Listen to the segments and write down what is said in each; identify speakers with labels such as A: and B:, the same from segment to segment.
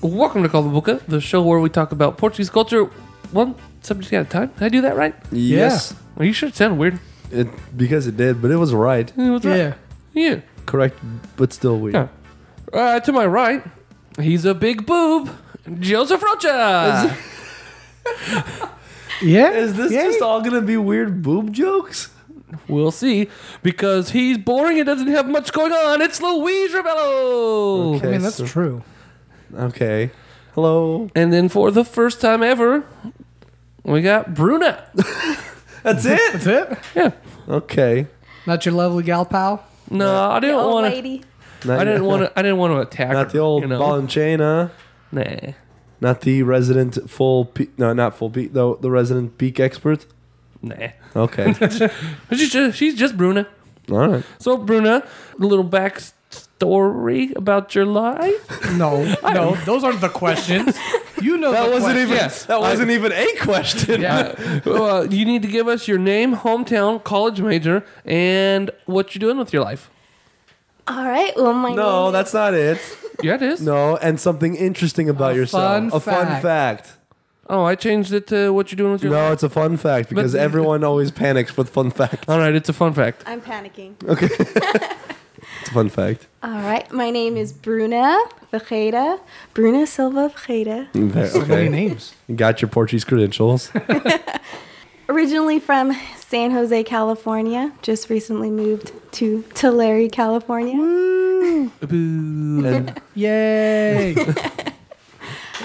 A: Welcome to Call the Boca, the show where we talk about Portuguese culture one subject at a time. Did I do that right?
B: Yes,
A: Well, you sure it sounded weird.
B: it, because it did, but it was right.
A: It was right.
C: Yeah.
A: Yeah.
B: Correct, but still weird.
A: Yeah. Uh, to my right, he's a big boob, Joseph Rocha.
C: Yeah.
B: Is this
C: yeah.
B: just all gonna be weird boob jokes?
A: we'll see, because he's boring and doesn't have much going on. It's Luis Rebello.
C: I
B: Okay,
C: mean, that's
B: so-
C: true.
B: Okay. Hello.
A: And then for the first time ever, we got Bruna.
B: That's it.
C: That's it.
A: Yeah.
B: okay.
C: Not your lovely gal pal.
A: No, I
D: The
A: didn't
D: old
A: want to.
D: lady.
B: Not
A: I didn't want to. I didn't want to attack.
B: Not
A: her,
B: the old
A: you know?
B: ball and chain, huh?
A: Nah.
B: Not the resident full. Pe- no, not full peak. Though the resident peak expert.
A: Nah.
B: Okay.
A: She's just, she's just Bruna.
B: all right.
A: So Bruna, a little backstory about your life.
C: No, no, those aren't the questions. You know
B: That
C: the
B: wasn't
C: question.
B: even.
A: Yes.
B: That wasn't even a question.
C: Yeah.
A: uh, you need to give us your name, hometown, college major, and what you're doing with your life.
D: All right. Well, my
B: No,
D: name
B: that's not it.
A: Yeah, it is.
B: No, and something interesting about
C: A
B: yourself.
C: fun
B: a fun
C: fact.
B: fact.
A: Oh, I changed it to what you're doing with your life.
B: No, it's a fun fact because everyone always panics with fun fact.
A: All right, it's a fun fact.
D: I'm panicking.
B: It's a fun fact.
D: All right. My name is Bruna Vejeda. Bruna Silva Vejeda.
B: Okay.
C: So many names.
B: You Got your Portuguese credentials.
D: Originally from San Jose, California. Just recently moved to Tulare, California.
A: Boo.
B: and
C: Yay!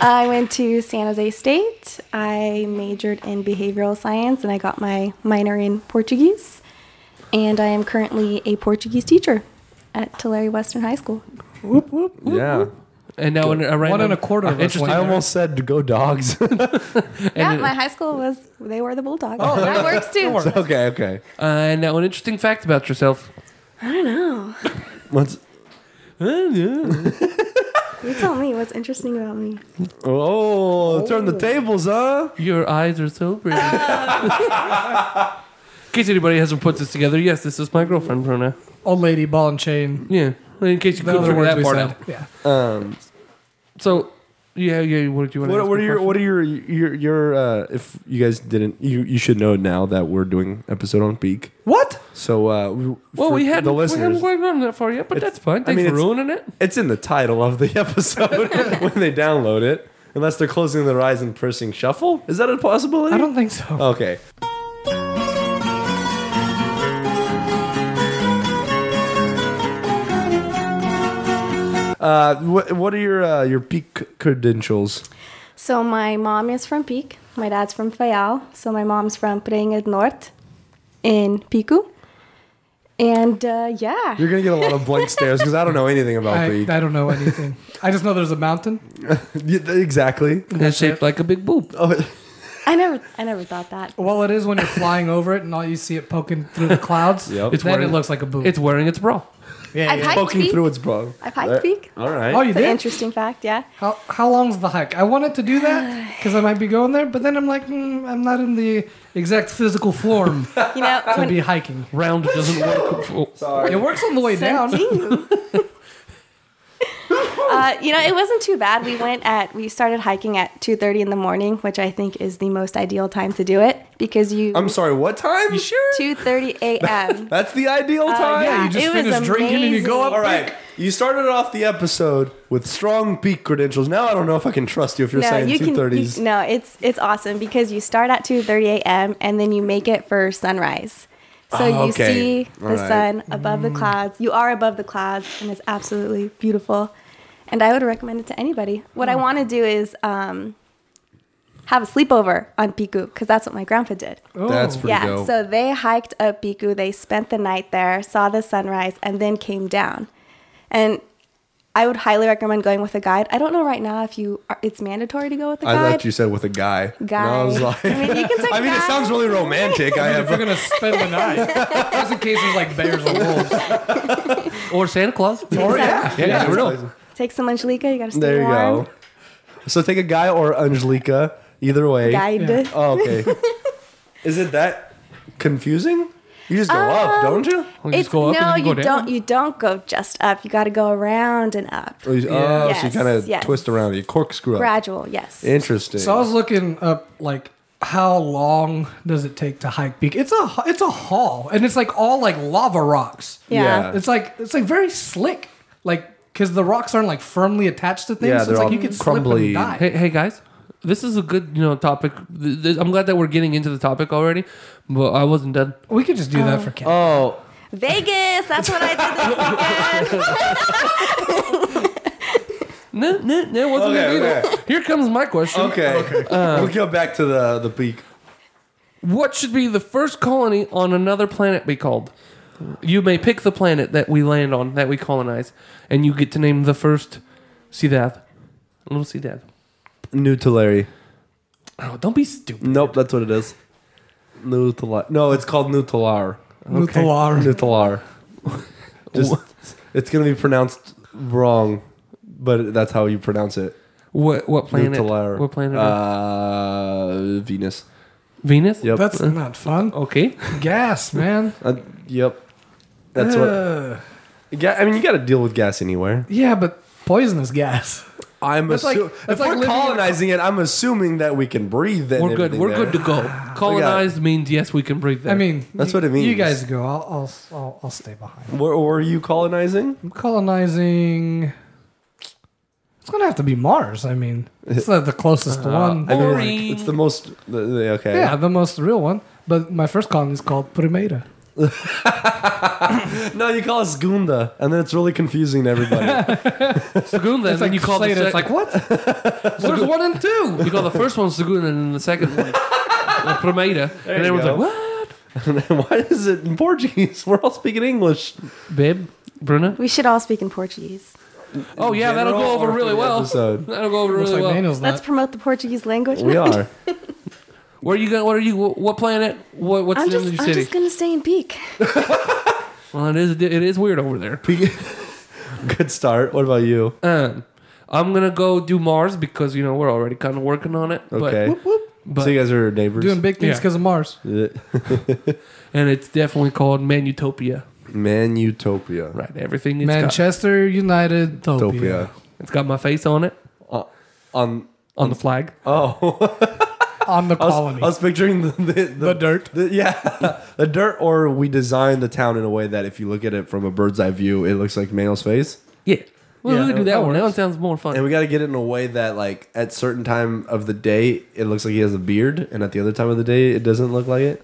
D: I went to San Jose State. I majored in behavioral science and I got my minor in Portuguese. And I am currently a Portuguese teacher at Tulare Western High School.
C: whoop whoop.
B: yeah.
A: And now in a random,
C: and a quarter of us
A: interesting.
C: went
B: I almost said go dogs.
D: Yeah,
A: And-
D: my high school was, they were the Bulldogs. that works too.
B: okay, okay.
A: Uh, and now an interesting fact about yourself.
D: I don't know.
B: What's
A: Oh,
D: You tell me what's interesting about me.
B: oh, turn the tables, huh?
A: Your eyes are so pretty. In case anybody hasn't put this together, yes, this is my girlfriend, Bruna.
C: Old lady, ball and chain.
A: Yeah. In case you
C: The
A: couldn't
C: other
A: figure
C: words
A: that
C: we
A: part
C: said.
A: out.
C: Yeah.
B: Um,
A: So, yeah, yeah. What did you want? to
B: what,
A: ask
B: what are
A: me
B: your
A: first?
B: what are your your your uh, if you guys didn't you you should know now that we're doing episode on peak.
C: What?
B: So uh, we-
A: Well,
B: for
A: we hadn't,
B: the
A: we
B: listeners.
A: haven't gone that far yet, but
B: It's-
A: that's fine.
B: I
A: Thanks
B: mean,
A: for
B: it's-
A: ruining it.
B: It's in the title of the episode when they download it. Unless they're closing their eyes and pressing shuffle. Is that a possibility?
C: I don't think so.
B: Okay. Uh, what, what are your uh, your peak credentials?
D: So my mom is from Peak. My dad's from Fayal. So my mom's from Prenha Norte in Piku. And uh, yeah,
B: You're gonna get a lot of blank stares because I don't know anything about
C: I,
B: peak.
C: I don't know anything. I just know there's a mountain.
B: Yeah, exactly.
A: That's shaped like a big boob.
B: Oh,
D: I never, I never thought that.
C: Well, it is when you're flying over it and all you see it poking through the clouds.
B: Yep.
C: It's
B: It's
C: then
A: where-
C: it looks like a boob.
A: It's wearing its bra.
C: yeah,
D: I've
C: yeah.
D: hiked
B: poking
D: Peak.
B: through its bra.
D: I've hiked Peak.
B: All
C: Oh,
B: right.
C: you
D: It's an
C: did?
D: interesting fact. Yeah.
C: How how long's the hike? I wanted to do that because I might be going there, but then I'm like, mm, I'm not in the exact physical form
D: You know,
C: to
D: when,
C: be hiking.
A: Round doesn't work. for-
B: Sorry.
C: It works on the way down.
D: uh, you know, it wasn't too bad. We went at, we started hiking at 2:30 in the morning, which I think is the most ideal time to do it because you
B: I'm sorry. What time? You sure?
D: 2:30 a.m.
B: That's the ideal time.
D: Uh, yeah.
C: Yeah, you just
D: It was
C: finish drinking and you go up.
B: All
D: amazing.
B: right. You started off the episode with strong peak credentials. Now I don't know if I can trust you if you're saying
D: you
B: two thirties.
D: Can, you, no, it's it's awesome because you start at 2:30 a.m. and then you make it for sunrise. So
C: Ah,
B: Oh,
D: you
B: okay.
D: see the
B: All right.
D: sun above
B: Mm.
D: the clouds. You are above the clouds, and it's absolutely beautiful. And I would recommend it to anybody. What I
B: Mm.
D: want to do is um, have a sleepover on Piku because that's what my grandpa did.
C: Oh.
B: That's pretty
D: yeah,
B: dope.
D: so they hiked up Biku. They spent the night there, saw the sunrise, and then came down. And I would highly recommend going with a guide. I don't know right now if you are, it's mandatory to go with a
B: I
D: guide.
B: thought you said with a guy. And I
D: Guy.
B: was like,
D: I mean, you can take
B: I mean, it
D: guy.
B: sounds really romantic. I
C: if we're
B: have.
C: gonna spend the night, just in case there's like bears or wolves.
A: Or Santa Claus.
C: Or yeah,
B: Yeah,
A: Yeah,
B: it's
A: real.
B: amazing.
D: Take some Angelica. You gotta stay
B: There you
D: warm.
B: go. So take a guy or Angelica. Either way.
D: Guide.
C: Yeah.
B: Oh, okay. Is it that confusing? You just go
D: Um,
B: up, don't you?
A: Oh, you just go up
D: no,
A: and then you
D: you
A: go down?
D: don't. You don't go just up. You got to go around and up.
B: Or you- Oh, so you
D: Yes,
B: kind of
D: yes.
B: twist around, you corkscrew up.
D: Gradual, yes.
B: Interesting.
C: So I was looking up like how long does it take to hike Peak? It's a it's a haul, and it's like all like lava rocks.
D: yeah.
C: It's like it's like very slick, like because the rocks aren't like firmly attached to things.
B: Yeah,
C: so
B: they're
C: it's like
B: all
C: you could
B: crumbly.
C: slip and die.
A: Hey, hey guys, this is a good you know topic. Th- th- I'm glad that we're getting into the topic already, but I wasn't done.
C: We could just do that for Ken.
B: oh,
D: Vegas. That's what I did this weekend.
A: No, no, no, it wasn't
B: Okay,
A: done either.
B: okay.
A: Here comes my question.
B: oh, okay. Um, we'll go back to the the beak.
A: What should be the first colony on another planet be called? You may pick the planet that we land on, that we colonize, and you get to name the first Cidad. Little Cidad.
B: New Tulare.
A: Oh, don't be stupid.
B: Nope, that's what it is. New Tulare. No, it's called New Tulare.
A: okay.
C: Mutalar.
B: New Tulare. Just, it's gonna be pronounced wrong, but that's how you pronounce it.
A: What what
B: New
A: planet?
B: Tulare.
A: What planet? Earth?
B: Uh, Venus.
A: Venus.
B: Yep.
C: That's not fun.
A: Okay.
C: Gas, man.
B: Uh, yep. That's what.
A: Uh.
C: Ugh.
B: Ga- I mean, you got to deal with gas anywhere.
C: Yeah, but poisonous gas.
B: I'm
C: That's like-
B: assuming if
C: that's like
B: we're
C: living-
B: colonizing it, I'm assuming that we can breathe. And
A: We're good.
B: everything
A: We're
B: there.
A: good to go. Colonized means yes, we can breathe. There.
C: I mean,
B: That's
C: you-
B: what it means.
C: You guys go. I'll I'll I'll, I'll stay behind.
B: Where were you colonizing?
C: I'm colonizing. It's gonna have to be Mars. I mean, it's the, the closest one.
B: Uh, I mean, it's-
A: Boring.
B: it's the most. The, the- okay.
C: yeah, the most real one. But my first colony is called Primeira.
B: No, you call it Gunda, and then it's really confusing to everybody.
A: Segunda, and then
C: It's like
A: you call the second.
C: Slater, It's like what? There's one and two.
A: you call the first one Segunda, and then the second one uh, Primeira, and
B: you
A: everyone's
B: go.
A: like, "What,
B: And then why is it in Portuguese? We're all speaking English.
A: babe, Bruna?"
D: We should all speak in Portuguese.
A: Oh yeah, that'll
B: General
A: go over
B: or for
A: really
B: the
A: well.
B: episode?
A: That'll go over
C: Looks
A: really
C: like
A: well.
C: Daniel's
D: Let's
C: not.
D: promote the Portuguese language.
B: We are.
A: Where are you going? What are you? What planet? What, what's
D: I'm
A: the name
D: just,
A: of your
D: I'm
A: city?
D: just gonna stay in Peak.
A: Well, it is. It is weird over there.
B: good start. What about you?
A: Um, I'm gonna go do Mars because you know we're already kind of working on it. but-
B: Okay.
A: But,
B: so you guys are neighbors.
C: Doing big things
A: Yeah.
C: because of Mars.
A: and it's definitely called Manutopia.
B: Man Utopia.
A: Right. Everything. It's got,
C: Manchester United Topia.
B: Utopia.
A: it's got my face on it
B: On
A: on the flag.
B: oh,
C: On the
B: I was,
C: colony.
B: I was picturing the the, the,
C: The dirt.
B: the- yeah, the dirt. Or we designed the town in a way that if you look at it from a bird's eye view, it looks like Manuel's face.
A: Yeah. Well,
C: Yeah,
A: we could do
C: that
A: that one. That
C: works.
A: one sounds more fun.
B: And we got to get it in a way that, like, at certain time of the day, it looks like he has a beard, and at the other time of the day, it doesn't look like it.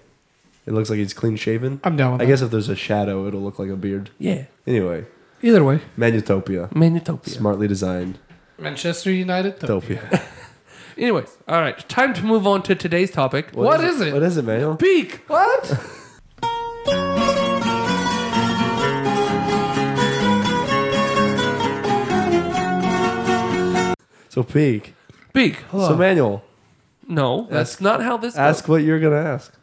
B: It looks like he's clean shaven.
C: I'm down with
B: I
C: that.
B: guess if there's a shadow, it'll look like a beard.
A: yeah.
B: Anyway,
C: Either way.
B: Manutopia,
A: Manutopia.
B: smartly designed.
C: Manchester United Topia.
B: Topia.
A: Anyways, all right. Time to move on to today's topic.
C: What is it?
B: What is it, Manuel?
A: Peak.
C: What?
B: So peak.
A: Peak.
B: So Manuel,
A: No, that's not how this goes.
B: ask what you're gonna ask.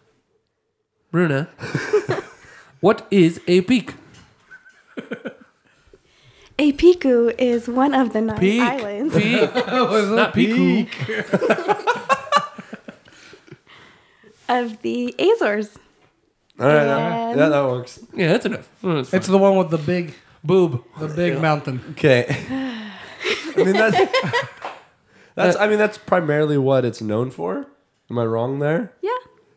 A: Bruna. what is a peak?
D: A Piku is one of the nine
A: Peak.
D: islands.
A: Peak.
C: was
A: not Piku.
D: of the Azores.
B: All right, all right.
D: Um,
B: yeah, that works.
A: Yeah, that's enough. That's fine.
C: It's the one with the big
A: boob.
C: the big mountain.
B: Okay. I mean that's that's I mean that's primarily what it's known for. Am I wrong there?
D: Yeah.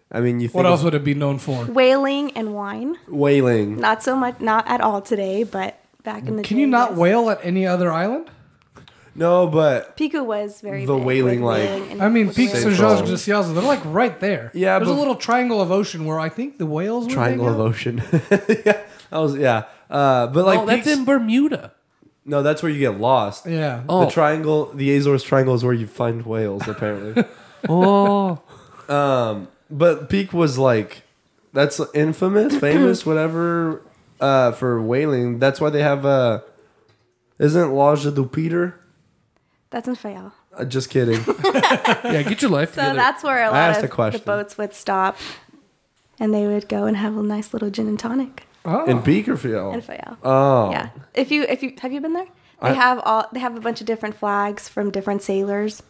B: I mean you think
C: What
B: of
C: else would it be known for?
D: Whaling and wine.
B: whaling.
D: Not so much, not at all today, but back in the
C: Can
D: day,
C: you not
D: yes.
C: wail at any other island?
B: No, but
D: Piku was very
B: The
D: big with
B: whaling, like-
D: and
C: I mean,
D: with
C: Peak
B: Same
C: Saint
B: problem.
C: Georges de Ciazza, they're like right there.
B: Yeah,
C: there's a
B: but-
C: little triangle of ocean where I think the whales. Were
B: triangle of
C: hanging out.
B: ocean. yeah. That was yeah. Uh, but like
A: oh, that's
B: peaks-
A: in Bermuda.
B: No, that's where you get lost.
C: Yeah.
A: Oh.
B: The triangle, the Azores triangle is where you find whales apparently.
A: Oh,
B: Um, but Peak was like, that's infamous, famous, whatever, uh, for whaling. That's why they have Uh, isn't Lodge du Peter?
D: That's in Fayal.
B: Uh, just kidding.
A: yeah. Get your life
D: So
A: together.
D: that's where a
B: asked
D: lot
B: a
D: of the
B: question.
D: boats would stop, and they would go and have a nice little gin and tonic
C: Oh.
B: In Peak or Fiel?
D: in Fayal.
B: Oh.
D: Yeah. If you if you have you been there, they
B: I-
D: have all they have a bunch of different flags from different sailors.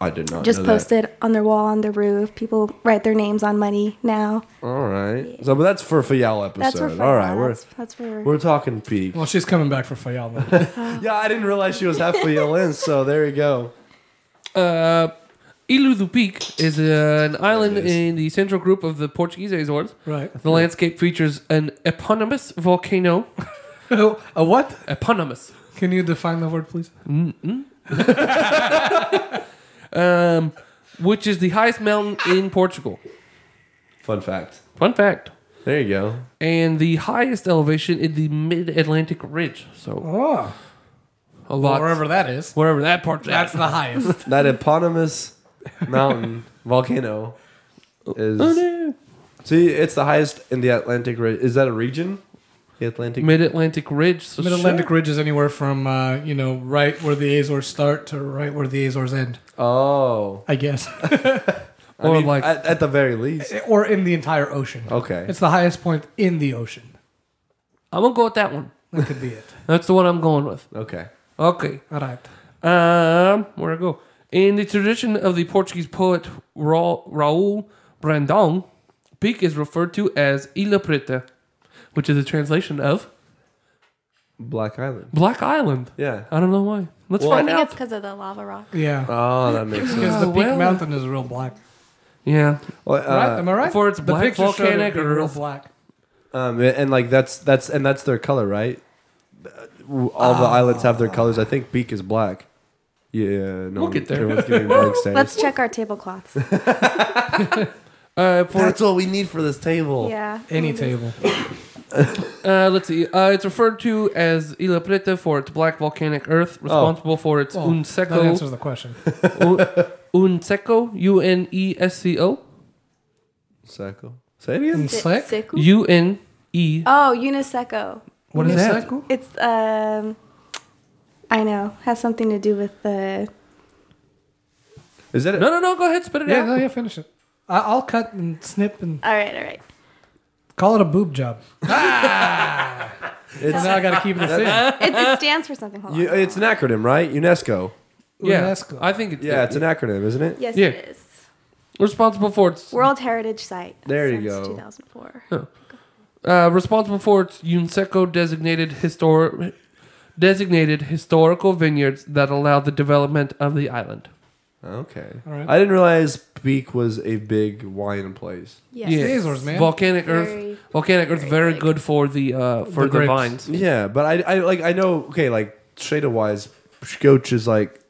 B: I did not
D: Just
B: know that.
D: posted on their wall, on their roof. People write their names on money now.
B: All right. So, but that's for Fayal episode.
D: That's for fun.
B: All right, we're
D: That's, that's for
B: we're talking peak.
C: Well, she's coming back for Fayal. then.
B: Yeah, I didn't realize she was half Fayal in. So there you go.
A: Uh, Ilha do Pique is an island
B: it is.
A: in the central group of the Portuguese Azores.
C: right.
A: The landscape features an eponymous volcano.
C: a what?
A: eponymous.
C: Can you define the word, please?
A: Um, which is the highest mountain in Portugal.
B: Fun fact.
A: Fun fact.
B: There you go.
A: And the highest elevation in the mid Atlantic Ridge. So
B: Ah.
C: Oh,
A: a lot.
C: wherever that is.
A: wherever that part's
C: That's
A: at.
C: the highest.
B: That eponymous mountain volcano
A: Oh,
B: is. See, it's the highest in the Atlantic. Ri- Is that a region? The Atlantic.
A: Mid Atlantic Ridge. So
C: Mid Atlantic
A: sure.
C: Ridge is anywhere from uh, you know right where the Azores start to right where the Azores end.
B: Oh,
C: I guess,
B: I
A: Or
B: mean,
A: like-
B: at, at the very least.
C: or in the entire ocean.
B: Okay.
C: It's the highest point in the ocean.
A: I'm going to go with that one.
C: That could be it.
A: That's the one I'm going with.
B: Okay.
A: Okay.
C: All right.
A: Um, where I go? In the tradition of the Portuguese poet Ra- Raul Brandão, Peak is referred to as Ilha Preta, which is a translation of
B: Black Island.
A: Black Island.
B: Yeah.
A: I don't know why. Let's
B: Well-
D: I
A: find
D: think
A: out.
D: it's because of the lava rock.
C: Yeah.
B: Oh, that makes sense.
C: Because the
A: Oh,
C: Peak
A: well.
C: Mountain is real black.
A: Yeah.
B: Well,
C: right?
B: uh,
C: Am I right?
A: for its black
C: picture showed it
A: volcanic
C: being real
A: earth.
C: black.
B: Um, and like that's that's and that's their color, right? All the islands have their colors. I think Beak is black. Yeah, no.
A: We'll get there.
B: everyone's giving blank stares.
D: Let's check our tablecloths.
A: Uh, for
B: that's what we need for this table.
D: yeah.
C: Any
A: Mm.
D: maybe.
C: table.
A: uh, let's see. Uh, it's referred to as Ilha Preta for its black volcanic earth, responsible for its
C: Oh. Well, That
A: unseco
C: answers the question.
A: u- unseco u n e s c o
B: Seco. Say it again.
D: Si-
C: Sec?
D: Siku?
A: u n e.
D: oh, Uniseco.
C: What is that?
B: Unicycle?
D: It's um, I know has something to do with the
B: Is that
A: No, no, no. Go ahead, spit it
C: Yeah,
A: out.
C: no, yeah, finish it. I- I'll cut and snip and
D: all right, all right.
C: call it a boob job. So now I got to keep this in.
D: It, it stands for something. Hold
B: You,
D: on.
B: it's an acronym, right? UNESCO.
A: Yeah,
C: UNESCO.
A: I think it's
B: Yeah, it's an acronym, isn't it?
D: yes,
A: yeah.
D: it is.
A: responsible for its
D: World Heritage Site.
B: There you
D: since
B: go.
D: 2004.
A: uh, responsible for its UNESCO designated historic designated historical vineyards that allow the development of the island.
B: Okay.
C: All right.
B: I didn't realize Beak was a big wine place.
D: Yes.
A: Yeah.
C: Azores, man.
A: Volcanic
D: Very-
A: earth, volcanic earth,
D: very
A: very
D: big.
A: good for the uh, for the,
C: grapes.
A: vines.
B: Yeah, but I, I like I know okay like shade wise, Pshkoch is like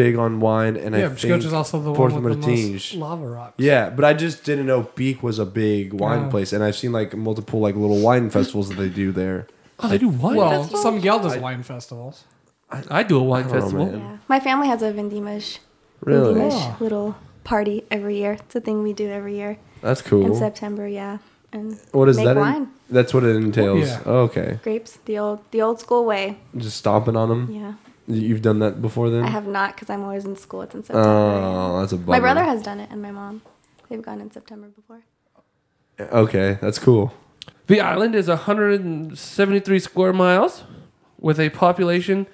B: big on wine, and I
C: yeah,
B: think
C: Pshkoch is also the
B: Porto
C: one with the most
B: Martins.
C: lava rocks.
B: Yeah, but I just didn't know Beak was a big wine
C: Oh.
B: place, and I've seen like multiple like little wine festivals that they do there.
A: Oh, they do wine.
C: Well,
D: Festivals?
C: some Geldas wine festivals.
A: I do a wine
B: I don't know,
A: festival.
B: man.
D: Yeah. My family has a Vendimish,
B: Really,
D: Vendimish
C: Wow.
D: little party every year. It's a thing we do every year
B: that's
D: in
B: cool.
D: September. Yeah. And
B: What is
D: make
B: that? in-
D: Wine,
B: that's what it entails.
C: Yeah.
B: Oh, okay,
D: grapes, the old the old school way.
B: just stomping on them.
D: Yeah.
B: You've done that before, then.
D: I have not because I'm always in school. It's in September.
B: oh, that's a bummer.
D: My brother has done it, and my mom. They've gone in September before.
B: Okay, that's cool.
A: The island is 173 square miles, with a population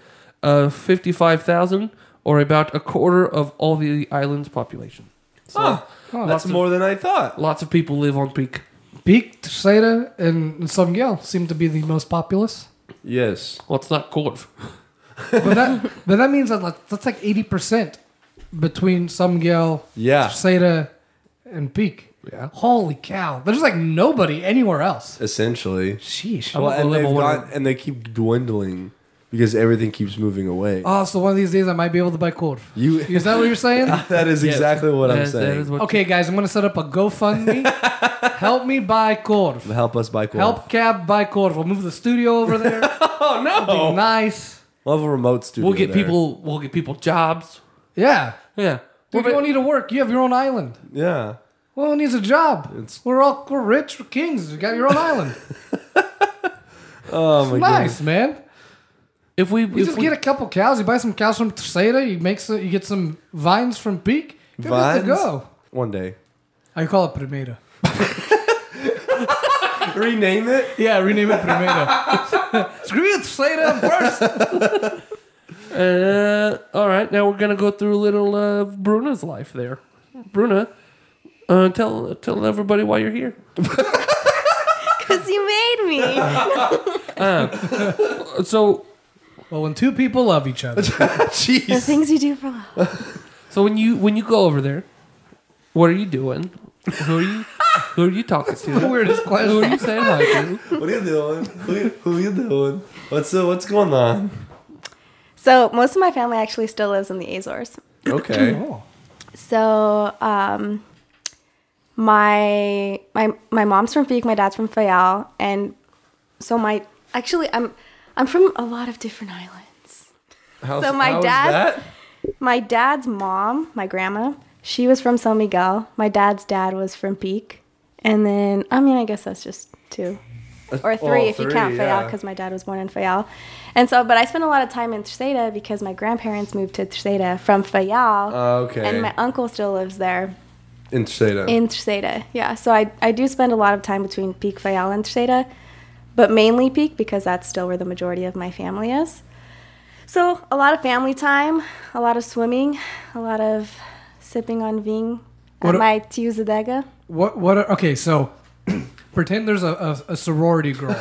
A: of 55,000, or about a quarter of all the island's population. So
C: Oh,
B: that's more than I thought.
A: lots of people live on Peak.
C: Peak, Seda, and some Gel seem to be the most populous.
B: Yes.
A: Well, it's not quarter.
C: But that, but that means that like, that's like 80% between some Gel,
B: Yeah.
C: Seda, and Peak.
A: Yeah.
C: Holy cow. There's like nobody anywhere else.
B: Essentially.
C: Sheesh.
A: I'm
B: Well,
A: gonna
B: and, they've
A: level one
B: got, and they keep dwindling because everything keeps moving away.
C: Oh, so one of these days I might be able to buy Kurv.
B: You.
C: Is that what you're saying?
B: that is
A: Yes.
B: exactly what I'm
A: That-
B: saying.
A: That is what
C: Okay, guys, I'm going to set up a GoFundMe. Help me buy Kurv.
B: Help us by
C: Help Cab buy Kurv. We'll move the studio over there.
B: Oh
C: Be
B: no!
C: nice.
B: We'll have a remote studio.
A: We'll get
B: there.
A: people. We'll get people jobs.
C: Yeah.
A: Yeah.
C: Dude,
A: We're
C: you don't e-
A: ba-
C: need to work. You have your own island.
B: Yeah.
C: Well, who needs a job?
B: It's-
C: we're all we're rich, we're kings. We got your own island.
B: Oh my
C: nice, man.
A: if we
C: You
A: if
C: just
A: we-
C: get a couple cows. You buy some cows from Terceda. You make some. You get some vines from Peak. You're good
B: Vines?
C: to go.
B: god. One day.
C: I call it Primeira.
B: Rename it.
C: Yeah, rename it Primeira. Screw you, Terceda. I'm first.
A: Uh, all right, now we're gonna go through a little uh, Bruna's life there. Bruna, uh, tell tell everybody why you're here.
D: Because you made me.
C: Uh,
A: So,
C: Well, when two people love each other,
D: the
B: Jeez.
D: things you do for love.
A: so when you when you go over there, what are you doing? Who are you? Who are you talking
C: the
A: to?
C: weirdest
A: Who are
C: question.
A: you saying hi to?
B: What are you doing? Who you, who you doing? What's uh, what's going on?
D: So most of my family actually still lives in the Azores.
B: Okay.
C: Oh.
D: So um, my my my mom's from Fiek, my dad's from Fayal, and so my actually I'm I'm from a lot of different islands.
B: How's,
D: So my
B: how's
D: dad-
B: that?
D: My dad's mom, my grandma, she was from San Miguel. My dad's dad was from Peak. And then, I mean, I guess that's just two or three
B: all
D: if you
B: three,
D: count Fayal
B: yeah.
D: because my dad was born in Fayal. And so, but I spent a lot of time in Terceda because my grandparents moved to Terceda from Fayal.
B: Oh, okay.
D: And my uncle still lives there
B: in Shada.
D: in Terceda. Yeah. So I, I do spend a lot of time between Peak, Fayal, and Terceda, but mainly Peak because that's still where the majority of my family is. So a lot of family time, a lot of swimming, a lot of sipping on ving
C: What
D: at
C: a-
D: my Tiuzadega.
C: What? What? Are, okay, so pretend there's a, a, a sorority girl.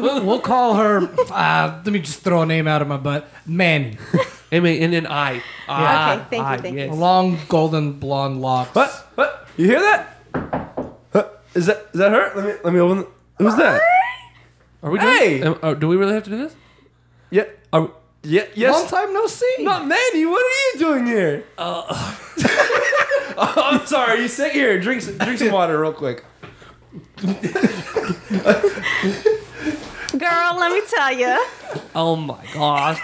C: we'll call her. Uh, let me just throw a name out of my butt. Manny,
A: And, me- and then I. I
D: Okay, thank you,
A: I,
D: thank you.
A: yes.
C: A long golden blonde locks.
B: What? What? You hear that? Huh? Is that is that her? Let me let me open. The, who's that?
A: Are we doing?
B: Hey!
A: am- uh, do we really have to do this?
B: Yeah.
A: Are,
B: Yeah.
C: Long
B: Yes.
C: time no see.
B: Not Manny. What are you doing here? Uh, oh, I'm sorry. You sit here. Drink some, drink some water real quick.
D: Girl, let me tell you.
A: oh my god.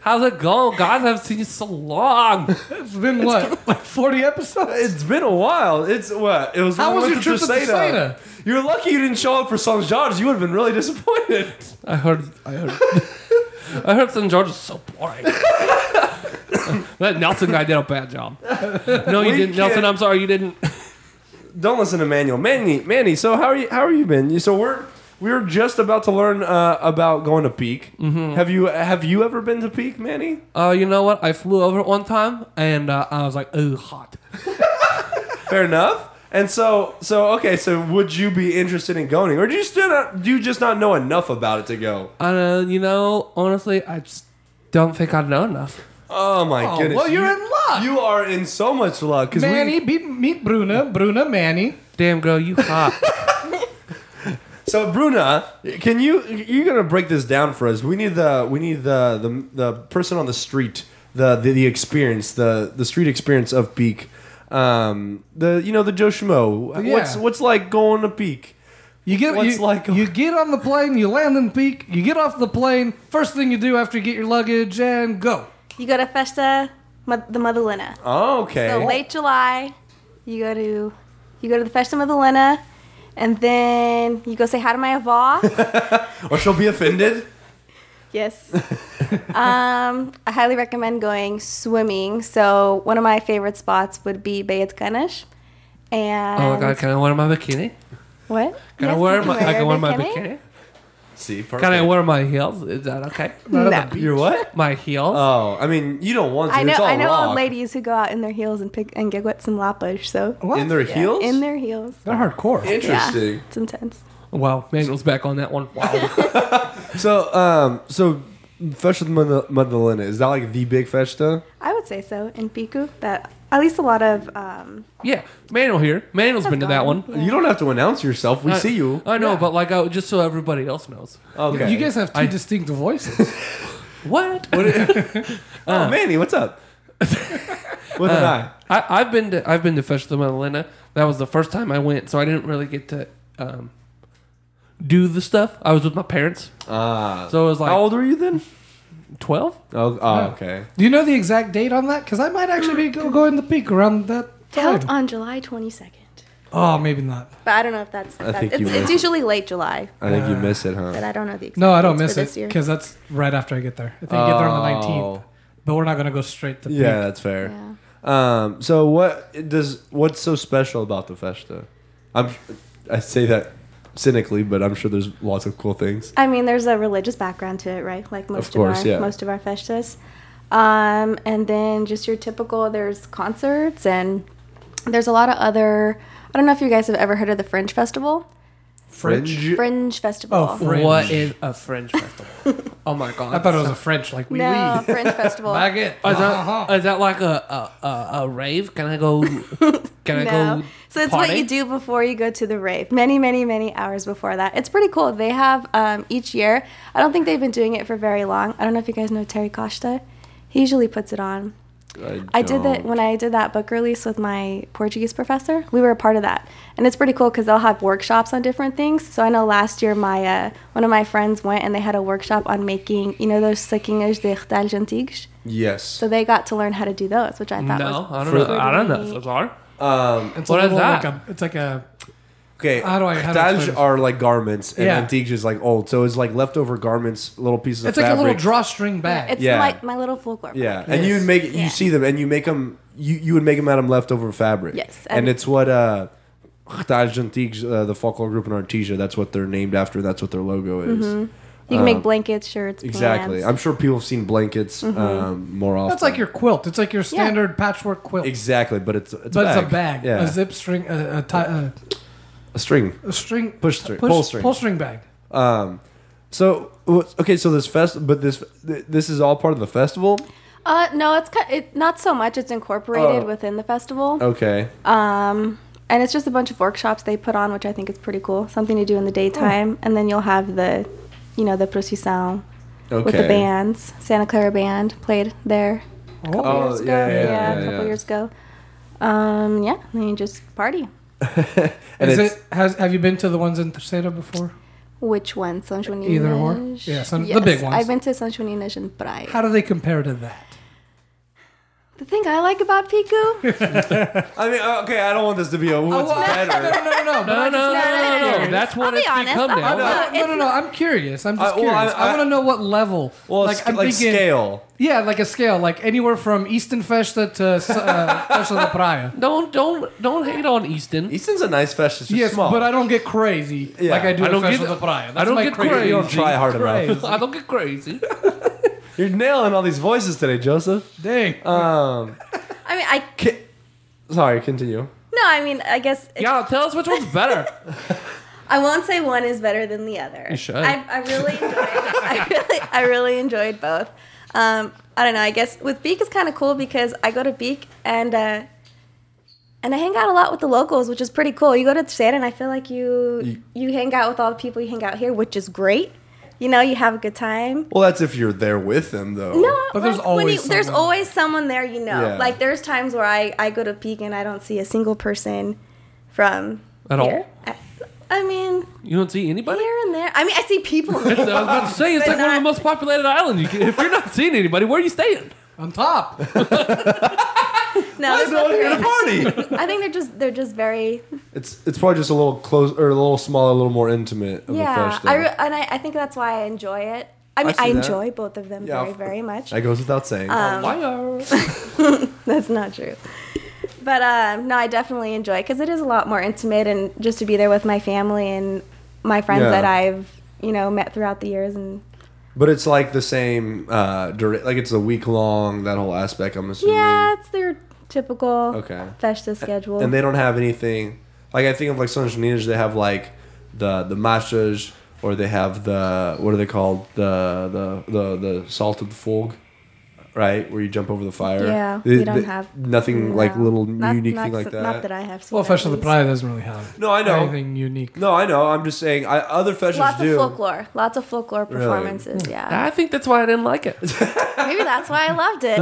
A: How's it going, guys? I haven't seen you so long.
C: It's been what? Like 40 episodes?
B: It's been a while. It's what? It was.
C: How
B: when we
C: was
B: went
C: your trip to
B: Terceda. You're lucky you didn't show up for St. George. You would have been really disappointed.
A: I heard. I heard. I heard St. George is so boring. that Nelson guy did a bad job. No, you
B: We
A: didn't, Nelson.
B: can't-
A: I'm sorry, you didn't.
B: Don't listen to Manuel. Manny, Manny. So how are you? How are you been? You- So we're we were just about to learn uh, about going to Peak.
C: Mm-hmm.
B: Have you have you ever been to Peak, Manny?
A: Uh, you know what? I flew over one time and uh, I was like, "Ooh, hot."
B: Fair enough. And so so okay. So would you be interested in going, or do you still not, do you just not know enough about it to go?
A: Uh, you know, honestly, I just don't think I know enough.
B: Oh my
C: Oh,
B: goodness!
C: well, you're
B: You-
C: in luck.
B: You are in so much luck because
C: Manny,
B: we.
C: beat, meet Bruna. Bruna, Manny.
A: Damn, girl, you hot.
B: So Bruna, can you you're gonna break this down for us? We need the we need the the, the person on the street, the, the the experience, the the street experience of Peak. Um, the you know the Joe Schmo.
C: Yeah.
B: What's what's like going to Peak?
C: You get
B: What's
C: you,
B: like-
C: you get on the plane, you land in peak, you get off the plane. First thing you do after you get your luggage and go.
D: You go to Festa Ma- the Madalena.
B: Oh, okay.
D: So late July, you go to you go to the Festa Madalena, and then you go say hi to my avó.
B: or Oh, she'll be offended.
D: Yes. um, I highly recommend going swimming. So one of my favorite spots would be Bayat Ganesh. And
A: oh my god, can I wear my bikini?
D: what?
A: Can I
D: Yes,
A: wear
D: you
A: my? I can wear my bikini.
B: See,
A: Can I wear my heels? Is that okay?
D: No.
B: your what?
A: My heels.
B: Oh, I mean, you don't want to.
D: I know.
B: it's all
D: I know
B: rock.
D: old ladies who go out in their heels and pick and get wet some lapash. So
C: What?
B: in their heels.
D: in their heels.
C: They're hardcore.
B: Interesting.
D: Yeah, it's intense.
A: wow, Manuel's back on that one. Wow.
B: So um, so Festa Mad- Madalena is that like the big Festa?
D: I would say so in Piku. That at least a lot of um,
A: yeah, Manuel here. Manuel's been to that one.
D: Yeah.
B: You don't have to announce yourself. We
C: Uh,
A: I-
B: see you.
A: I know, but like, I, just so everybody else knows.
B: Okay.
C: You guys have two
A: I-
C: distinct voices.
A: What?
C: uh.
B: oh, Manny, what's up? With an eye.
A: I, I've been to I've been to Festa Madalena. That was the first time I went, so I didn't really get to um, do the stuff. I was with my parents,
B: Ah.
A: so it was like
B: How old were you then?
A: twelve.
B: Oh, oh okay.
C: do you know the exact date on that? Because I might actually be go- going to peak around that time.
D: held on July 22nd.
C: Oh, maybe not.
D: But I don't know if that's.
B: I
D: that's
B: think you
D: it's, it's
B: missed it.
D: usually late July,
B: I think you
C: Uh,
B: miss it,
D: but
B: huh?
D: I don't know the exact.
C: No, I don't
D: dates for
C: miss it
D: this year.
C: because that's right after I get there. I think I get there on the nineteenth,
B: Oh.
C: but we're not gonna go straight to
B: Yeah,
C: peak.
B: that's fair.
D: Yeah.
B: Um, so what does what's so special about the festa? I'm I say that cynically, but I'm sure there's lots of cool things.
D: I mean, there's a religious background to it, right? Like most of,
B: course,
D: our
B: yeah.
D: most of our festas. Um, and then just your typical there's concerts and there's a lot of other. I don't know if you guys have ever heard of the Fringe Festival.
B: Fringe.
D: Fringe Festival.
C: Oh, Fringe.
A: What is a French festival? oh my god!
C: I thought it was a French, like we
D: no,
C: oui.
D: Fringe Festival.
C: Baguette.
A: Is
C: Ha,
A: that,
C: ha.
A: is that like a, a, a, a rave? Can I go? Can I
D: No.
A: go?
D: So it's what
A: party?
D: you do before you go to the rave. Many, many, many hours before that. It's pretty cool. They have um, each year. I don't think they've been doing it for very long. I don't know if you guys know Terry Costa. He usually puts it on. I did that when I did that book release with my Portuguese professor. We were a part of that, and it's pretty cool because they'll have workshops on different things. So I know last year my uh, one of my friends went and they had a workshop on making you know those saquinhos de retalhos antigos.
B: Yes.
D: So they got to learn how to do those, which I thought
A: No,
D: was
A: I don't
B: For-
A: know. I don't know. if Those are.
C: It's
A: What
C: a
A: is
C: little
A: that?
C: Like a, it's like a.
B: okay.
C: How do I- how do I
B: Khadaj
C: explain this?
B: are like garments, and
C: Yeah.
B: antiques is like old. So it's like leftover garments, little pieces
C: It's
B: of
C: like a
B: fabric.
C: little drawstring bag.
D: It's
B: Yeah.
D: like my little folklore.
B: Yeah,
D: book.
B: and you would make you
D: Yeah.
B: see them, and you make them. You, you would make them out of leftover fabric.
D: Yes,
B: and,
D: and-
B: it's what uh, Khadaj Antiques, uh, the folklore group in Artesia. That's what they're named after. That's what their logo is.
D: Mm-hmm. You can
B: Um,
D: make blankets, shirts,
B: Exactly.
D: pants.
B: I'm sure people have seen blankets
D: Mm-hmm.
B: um, more often.
C: That's like your quilt. It's like your standard patchwork quilt.
B: exactly, but it's it's a
C: But
B: bag.
C: it's a bag,
B: Yeah,
C: a zip string, a, a, ti- a,
B: a string.
C: a string,
B: Push string.
C: push-
B: Pull string. Um,
C: pull string bag.
B: So wh- okay, so this fest, but this th- this is all part of the festival.
D: Uh, no, it's ki it, not so much. It's incorporated
B: Oh.
D: within the festival,
B: Okay.
D: um, and it's just a bunch of workshops they put on, which I think is pretty cool. Something to do in the daytime, and then you'll have the, you know, the procession
B: okay.
D: with the bands. Santa Clara band played there
C: Oh,
B: Oh,
D: years ago.
B: yeah, yeah,
D: a
B: yeah,
D: couple
B: yeah.
D: years ago. Um, yeah, and then you just party.
B: And
C: is
B: it's-
C: it? Has have you been to the ones in Terceira before?
D: Which one, São Joaninhas?
C: Either or. Yeah, some- the big ones.
D: I've been to São Joaninhas and Praia.
C: How do they compare to that?
D: the thing I like about Pico
B: I mean, uh, okay, I don't want this to be a what's better.
C: Oh, No, no, no,
A: No, no, no, no, no,
D: better.
A: no. That's what
D: I'll be
A: it's
D: honest,
A: become now.
D: I'll be honest.
C: no, no, no. I'm curious. I'm just
B: I- well, I-
C: curious. I,
B: I-
C: want to know what level.
B: Well, like,
C: I'm
B: like
C: thinking-
B: scale.
C: Yeah, like a scale, like anywhere from Easton Festa to uh, Festa da Praia.
A: Don't don't don't hate on Easton.
B: Easton's a nice fest. It's just
C: Yes,
B: small.
C: but I don't get crazy
B: Yeah.
C: like I do
A: I
C: at
A: don't
C: Festa
A: get-
C: da Praia. That's
A: I don't
C: my
A: get
C: crazy.
A: crazy.
B: You don't try hard
C: Crazy.
B: enough.
A: I don't get crazy.
B: You're nailing all these voices today, Joseph.
C: Dang.
B: Um,
D: I mean, I
B: ki- sorry, continue.
D: no, I mean, I guess it,
A: Yeah, tell us which one's better.
D: I won't say one is better than the other.
A: You should.
D: I, I really enjoyed. I really, I really enjoyed both. Um, I don't know. I guess with Beak is kind of cool because I go to Beak and uh, and I hang out a lot with the locals, which is pretty cool. You go to San and I feel like you you hang out with all the people you hang out here, which is great. You know, you have a good time.
B: Well, that's if you're there with them, though.
D: No,
C: But there's
D: like, when
C: always
D: you, there's
C: someone.
D: always someone there. You know,
B: Yeah.
D: like there's times where I I go to Peak and I don't see a single person from
A: At all?
D: here. I, I mean,
A: You don't see anybody.
D: here and there. I mean, I see people.
A: I was about to say it's
D: But
A: like one of the
D: not-
A: most populated islands. You can, if you're not seeing anybody, where are you staying?
C: On top.
D: no,
B: Why is
D: there's
B: no one
D: nothing
B: here
D: really-
B: to party?
D: I think they're just they're just very
B: it's it's probably just a little close or a little smaller, a little more intimate of a
D: yeah.
B: fest.
D: I
B: though.
D: re- and I, I think that's why I enjoy it. I mean,
B: see
D: I,
B: that.
D: enjoy both of them
B: Yeah,
D: very
B: of-
D: very much.
B: that goes without saying.
D: Um,
A: Why are?
D: That's not true. But um, no, I definitely enjoy because it is a lot more intimate and just to be there with my family and my friends
B: Yeah.
D: that I've you know met throughout the years and
B: but it's like the same, uh, dura- like it's a week long, that whole aspect, I'm assuming.
D: yeah, it's their typical
B: Okay.
D: festa schedule.
B: and they don't have anything. Like I think of like San Janinas, they have like the the mashas, or they have the what are they called the the the the salted fog, right? Where you jump over the fire.
D: Yeah,
B: They-
D: we don't
B: they-
D: have-
B: nothing like
D: No.
B: little
D: Not-
B: unique
D: not
B: thing like
D: s-
B: that.
D: Not that I have seen.
C: Well,
D: at
C: Festa da
D: least.
C: Praia doesn't really have
B: No, I know.
C: anything unique.
B: no, I know. I'm just saying. I, other festivals
D: Lots
B: do.
D: of folklore, lots of folklore
B: Really?
D: performances. Yeah,
A: I think that's why I didn't like it.
D: maybe that's why I loved it.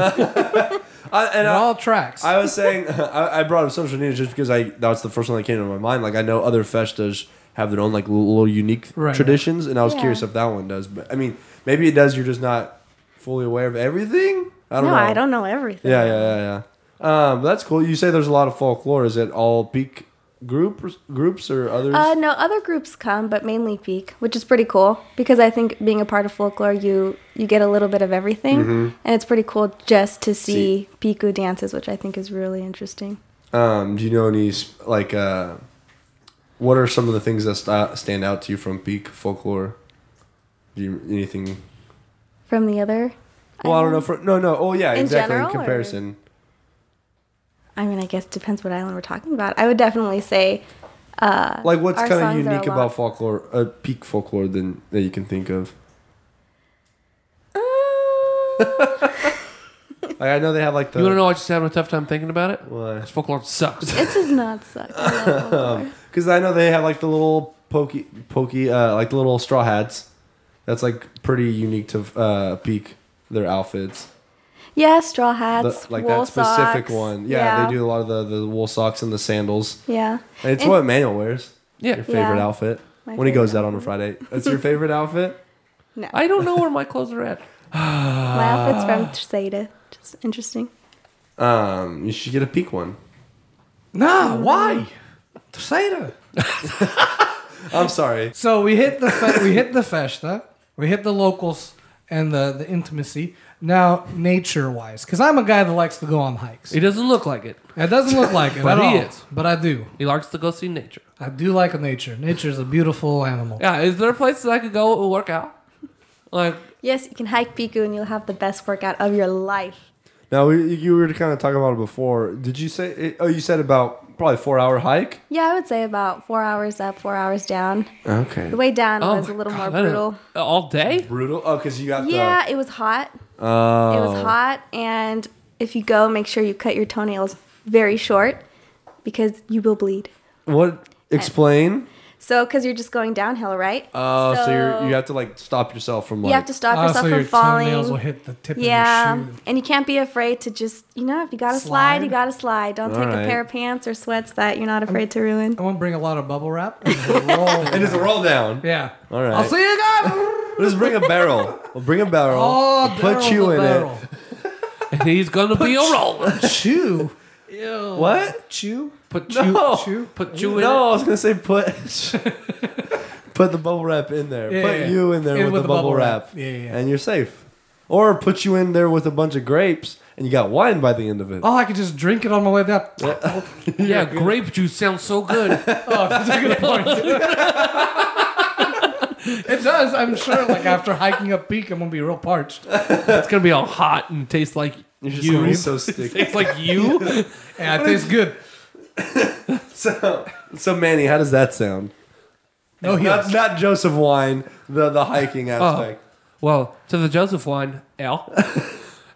B: I, and
C: They're
B: I,
C: all tracks.
B: I was saying I, I brought up social media just because I that was the first one that came to my mind. Like I know other festas have their own like little, little unique
C: Right.
B: traditions, and I was
D: Yeah.
B: curious if that one does. But I mean, maybe it does. You're just not fully aware of everything. I don't
D: no,
B: know.
D: I don't know everything.
B: Yeah, yeah, yeah, yeah. Um, that's cool. You say there's a lot of folklore. Is it all peak group groups or others?
D: Uh, no, other groups come, but mainly Peak, which is pretty cool because I think being a part of folklore, you you get a little bit of everything,
B: Mm-hmm.
D: and it's pretty cool just to see, Piku dances, which I think is really interesting.
B: um, do you know any sp- like uh, What are some of the things that st- stand out to you from Beak folklore? Do you anything?
D: from the other.
B: Well, I don't know. For, no, no. Oh, yeah,
D: Um, In
B: exactly.
D: general,
B: in
D: or-
B: comparison,
D: I mean, I guess depends what island we're talking about. I would definitely say
B: like what's
D: uh, our
B: kind of
D: songs are a
B: unique
D: lot-
B: about folklore, uh, Beak folklore, than that you can think of?
D: uh,
B: Like I know they have like the.
A: You want to know? I just having a tough time thinking about it.
B: Why?
A: This folklore sucks.
D: it does not suck. I love folklore.
B: Because I know they have like the little pokey, pokey, uh, like the little straw hats. That's like pretty unique to uh, Peak. Their outfits,
D: yeah, straw
B: The-
D: hats,
B: like
D: wool
B: that specific
D: socks.
B: one. Yeah, they do a lot of the, the wool socks and the sandals.
D: Yeah,
B: And it's
D: And-
B: what Manuel wears.
A: Yeah.
B: Your favorite
D: Yeah.
B: outfit
D: My
B: when he goes
D: favorite
B: out on a Friday. That's your favorite outfit.
D: no,
A: I don't know where my clothes are at.
D: my outfit's from Treseda. Just interesting.
B: Um, you should get a Peak one.
C: Nah, why? Terceira.
B: I'm sorry.
C: So we hit the fe- we hit the festa, we hit the locals and the the intimacy. Now nature wise, because I'm a guy that likes to go on hikes.
A: He doesn't look like it.
C: It doesn't look like it
A: But
C: at
A: he
C: all,
A: is.
C: but I do.
A: He likes to go see nature.
C: I do like nature. Nature is a beautiful animal.
A: Yeah, is there places I could go and work out? Like,
D: Yes, you can hike Piku and you'll have the best workout of your life.
B: Now we, you were kind of talking about it before. Did you say? It, oh, you said about probably four hour hike.
D: Yeah, I would say about four hours up, four hours down.
B: Okay.
D: The way down
A: oh
D: was a
A: my
D: little
A: God,
D: more
A: I don't-
D: brutal.
A: All day?
B: Brutal. Oh, because you got
D: Yeah, it was hot.
B: the. Oh.
D: It was hot, and if you go, make sure you cut your toenails very short because you will bleed.
B: What? Explain.
D: So, because you're just going downhill, right?
B: Oh, so, you're, you have to like stop yourself from like.
D: you have to stop
C: Ah,
D: yourself
C: so
D: from
C: your toenails will
D: falling.
C: hit the tip of
D: Yeah,
C: your shoe.
D: and you can't be afraid to just, you know, if you gotta slide,
C: Slide?
D: you gotta slide. Don't
B: All
D: take
B: right.
D: a pair of pants or sweats that you're not afraid to ruin.
C: I won't bring a lot of bubble wrap. and just roll.
B: And it's a roll down.
C: yeah.
B: All right.
C: I'll see you guys.
B: Let's bring a barrel. We'll bring a barrel.
C: Oh,
B: We'll
C: barrel
B: put you
C: the
B: in
C: barrel.
A: And he's gonna be a roller.
C: it. Chew. Ew.
B: What?
C: Chew?
A: Put you,
B: No.
C: Chew?
A: put
B: it.
A: you in.
B: No, I was gonna say put. put the bubble wrap in there.
C: Yeah,
B: put
C: yeah, yeah.
B: you in there
C: In
B: with, the bubble, wrap.
C: Yeah, yeah, yeah.
B: And you're safe. Or put you in there with a bunch of grapes and you got wine by the end of it.
C: Oh, I could just drink it on my way down.
A: yeah, grape juice sounds so good.
C: Oh, that's a good point. it does, I'm sure. Like after hiking up peak, I'm gonna be real parched.
A: it's gonna be all hot and taste like
B: You're just
A: you.
B: gonna be so sticky.
A: tastes like you.
C: Yeah, it tastes good.
B: so, so Manny, how does that sound?
C: No
B: Not,
C: heels.
B: not Joseph Wine, the the hiking
C: Oh.
B: aspect.
A: Well, to the Joseph line, L,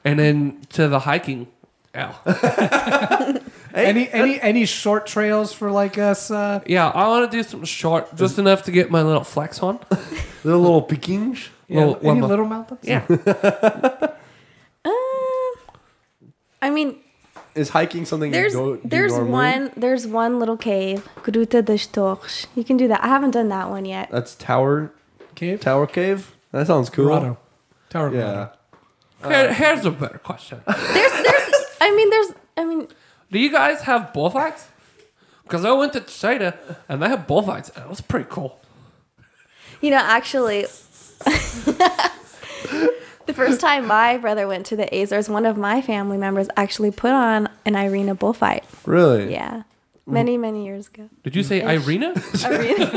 A: and then to the hiking, L.
C: Any any any short trails for like us? Uh,
A: Yeah, I want to do something short, just enough to get my little flex on.
B: The little pickings.
C: yeah,
A: Well,
C: any
A: well,
C: little mountains?
A: Yeah,
D: Uh, I mean,
B: Is hiking something
D: There's
B: you go do
D: there's
B: normally?
D: one there's one little cave, Gruta des Torches. You can do that. I haven't done that one yet.
B: That's Tower
C: Cave.
B: Tower Cave. That sounds cool.
C: Colorado. Tower.
B: Yeah.
C: Colorado.
A: Here- here's a better question.
D: There's there's I mean there's I mean
A: Do you guys have bullfights? Because I went to China and they had bullfights, and it was pretty cool.
D: you know actually the first time my brother went to the Azores, one of my family members actually put on an Irina bullfight.
B: Really?
D: Yeah.
B: Mm.
D: Many, many years ago.
A: Did you say
D: Ish.
A: Irina?
D: Irina.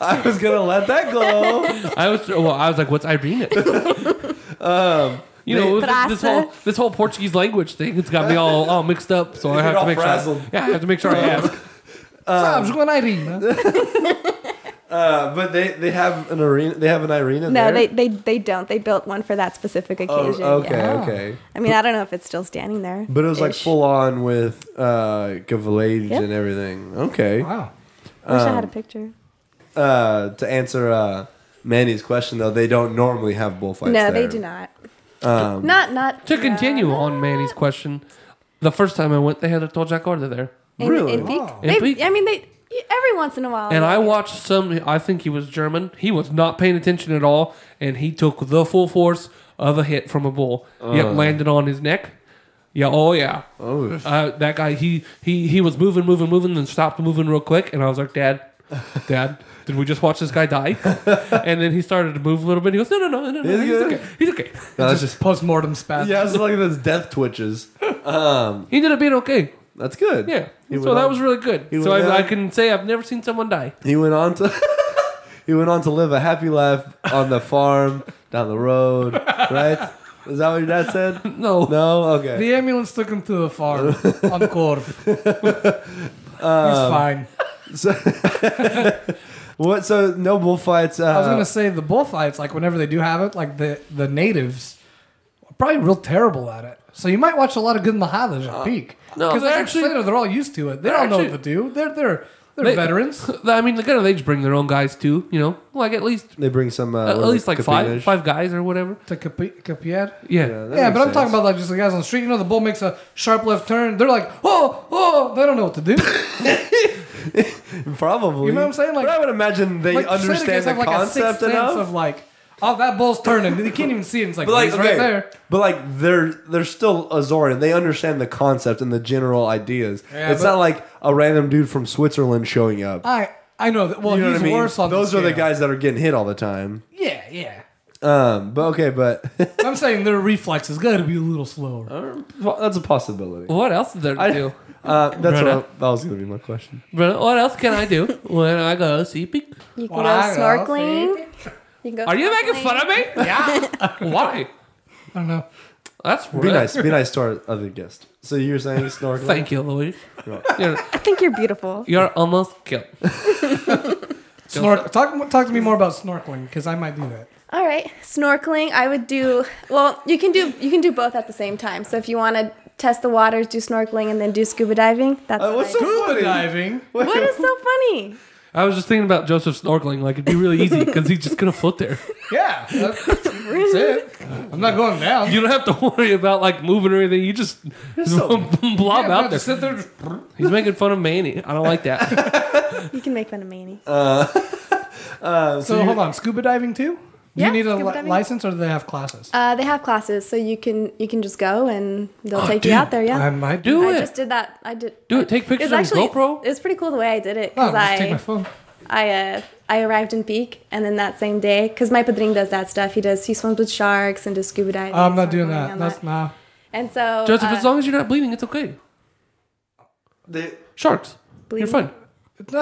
B: I was gonna let that go.
A: I was well. I was like, "What's Irina?" um,
B: Um,
A: you know,
D: They-
A: this, this whole this whole Portuguese language thing. It's got me all, all mixed up. So I
B: You're
A: have to
B: all
A: make
B: frazzled.
A: sure. Yeah, I have to make sure I ask.
B: Um,
C: Sabes, when I read, huh?
B: Uh, but they, they have an arena. They have an arena. there?
D: no, they, they they don't. They built one for that specific
B: Oh,
D: occasion.
B: okay,
D: yeah.
B: okay.
D: I mean, I don't know if it's still standing there.
B: But it was like
D: Ish.
B: full on with uh, gavades
D: Yep.
B: and everything. Okay.
C: Wow.
D: Wish I had
B: um,
D: a picture.
B: Uh, to answer uh, Manny's question though, they don't normally have bullfights.
D: No,
B: there. Um,
D: they do not. not not uh,
A: To continue on Manny's question, the first time I went, they had a Tojak order there.
D: In,
B: Really?
D: in peak.
C: Wow.
A: In
D: They-
A: peak.
D: I mean, they every once in a while.
A: And
D: they-
A: I watched some, I think he was German. He was not paying attention at all, and he took the full force of a hit from a bull.
B: Uh.
A: Yep, landed on his neck. Yeah, oh yeah.
B: Oh.
A: Uh, that guy, he, he, he was moving, moving, moving, then stopped moving real quick. And I was like, Dad, Dad, did we just watch this guy die? and then he started to move a little bit. He goes, No, no, no, no, no,
B: He's
A: he's
B: good.
A: okay. He's okay.
B: No, that's
C: Just,
B: just.
C: post mortem spasm.
B: Yeah, it's like those death twitches. Um,
A: He ended up being okay.
B: That's good.
A: Yeah.
B: He
A: so
B: went
A: that
B: on-
A: was really good.
B: he
A: So
B: went
A: I, I
B: on-
A: can say I've never seen someone die.
B: He went on to he went on to live a happy life on the farm down the road, right? Is that what your dad said?
A: No.
B: No, okay.
C: The ambulance took him to the farm on Corv. He's fine.
B: So, what? So no bullfights. Uh,
C: I was gonna say the bullfights, like whenever they do have it, like the the natives are probably real terrible at it. So you might watch a lot of good Mahalas at peak.
A: no,
C: because
A: they're actually-
C: like actually later, they're all used to it. They
A: they're
C: don't know what to
A: actually-
C: do. They're they're they're
A: They-
C: veterans.
A: I mean, the kind of they just bring their own guys too. You know, like at least
B: they bring some. Uh,
A: at
B: what is
A: least
B: it,
A: like five
B: capinas?
A: five guys or whatever.
C: To capi- capier.
A: Yeah.
B: Yeah, that
C: Yeah,
B: makes
C: but I'm talking
B: sense.
C: about like just the guys on the street. You know, the bull makes a sharp left turn. They're like, oh, oh, they don't know what to do.
B: probably.
C: You know what I'm saying? Like-
B: but I would imagine they
C: like
B: understand
C: Sedicus
B: the
C: have, like, a sixth
B: concept
C: sense
B: enough.
C: of like, oh, that bull's turning. They can't even see it. It's like,
B: but like,
C: he's
B: okay,
C: right there.
B: but like they're they're still Azorean. They understand the concept and the general ideas.
C: Yeah,
B: it's
C: but-
B: not like a random dude from Switzerland showing up.
C: I I know that. Well,
B: you know
C: he's
B: what I mean?
C: worse on
B: Those are the
C: scale.
B: guys that are getting hit all the time.
C: Yeah, yeah.
B: Um, but okay, but
C: I'm saying their reflex has got to be a little slower.
B: well, that's a possibility.
A: What else is there to
B: I-
A: do?
B: Uh, that's what I,
A: Brother.
B: that was going to be my question.
A: Bro, what else can I do when I go sleeping?
D: You can
C: Well,
D: go
C: I don't know.
D: snorkeling. You can go
A: Are you
D: snorkeling.
A: making fun of me?
C: Yeah.
A: Why?
C: I don't know.
A: That's
B: Be
A: weird.
B: nice. Be nice to our other guest. So you were saying snorkeling?
A: Thank you, Louise.
B: You're
A: You're,
D: I think you're beautiful.
A: you're almost killed.
C: Snork. Talk talk to me more about snorkeling because I might do that.
D: All right, snorkeling. I would do well. You can do you can do both at the same time. So if you want to test the waters, do snorkeling and then do scuba diving. That's
B: Uh,
D: what
B: what's
D: I do.
B: so
C: Scuba
B: funny?
C: diving.
B: Wait,
D: What is so funny?
A: I was just thinking about Joseph snorkeling. Like it'd be really easy because he's just gonna float there.
C: Yeah. That's, that's it. I'm not going down.
A: You don't have to worry about like moving or anything. You just
B: so-
A: blob
C: Yeah,
A: out
C: just
A: there.
C: Sit there. just-
A: He's making fun of Manny. I don't like that.
D: You can make fun of Manny.
B: uh,
C: So hold on. Scuba diving too. Do
D: Yeah,
C: you need a
D: scuba
C: li-
D: diving.
C: license or do they have classes?
D: Uh, they have classes, so you can you can just go and they'll take you out there. Uh, Yeah,
C: I might do.
A: Do
D: I
A: it.
D: just did that. I did.
A: Do it. Take pictures
D: It's
A: on
D: actually
A: GoPro.
D: It's pretty cool the way I did it
C: Oh,
D: because
C: just take my
D: I
C: phone.
D: I uh, I arrived in Peak and then that same day because my padrino does that stuff. He does he swims with sharks and does scuba diving.
C: Oh, I'm not doing
D: snorkeling
C: that.
D: and
C: That's nah.
D: And so
A: Joseph,
D: uh,
A: as long as you're not bleeding, it's okay.
B: They,
A: Sharks.
D: Bleeding?
A: You're fine.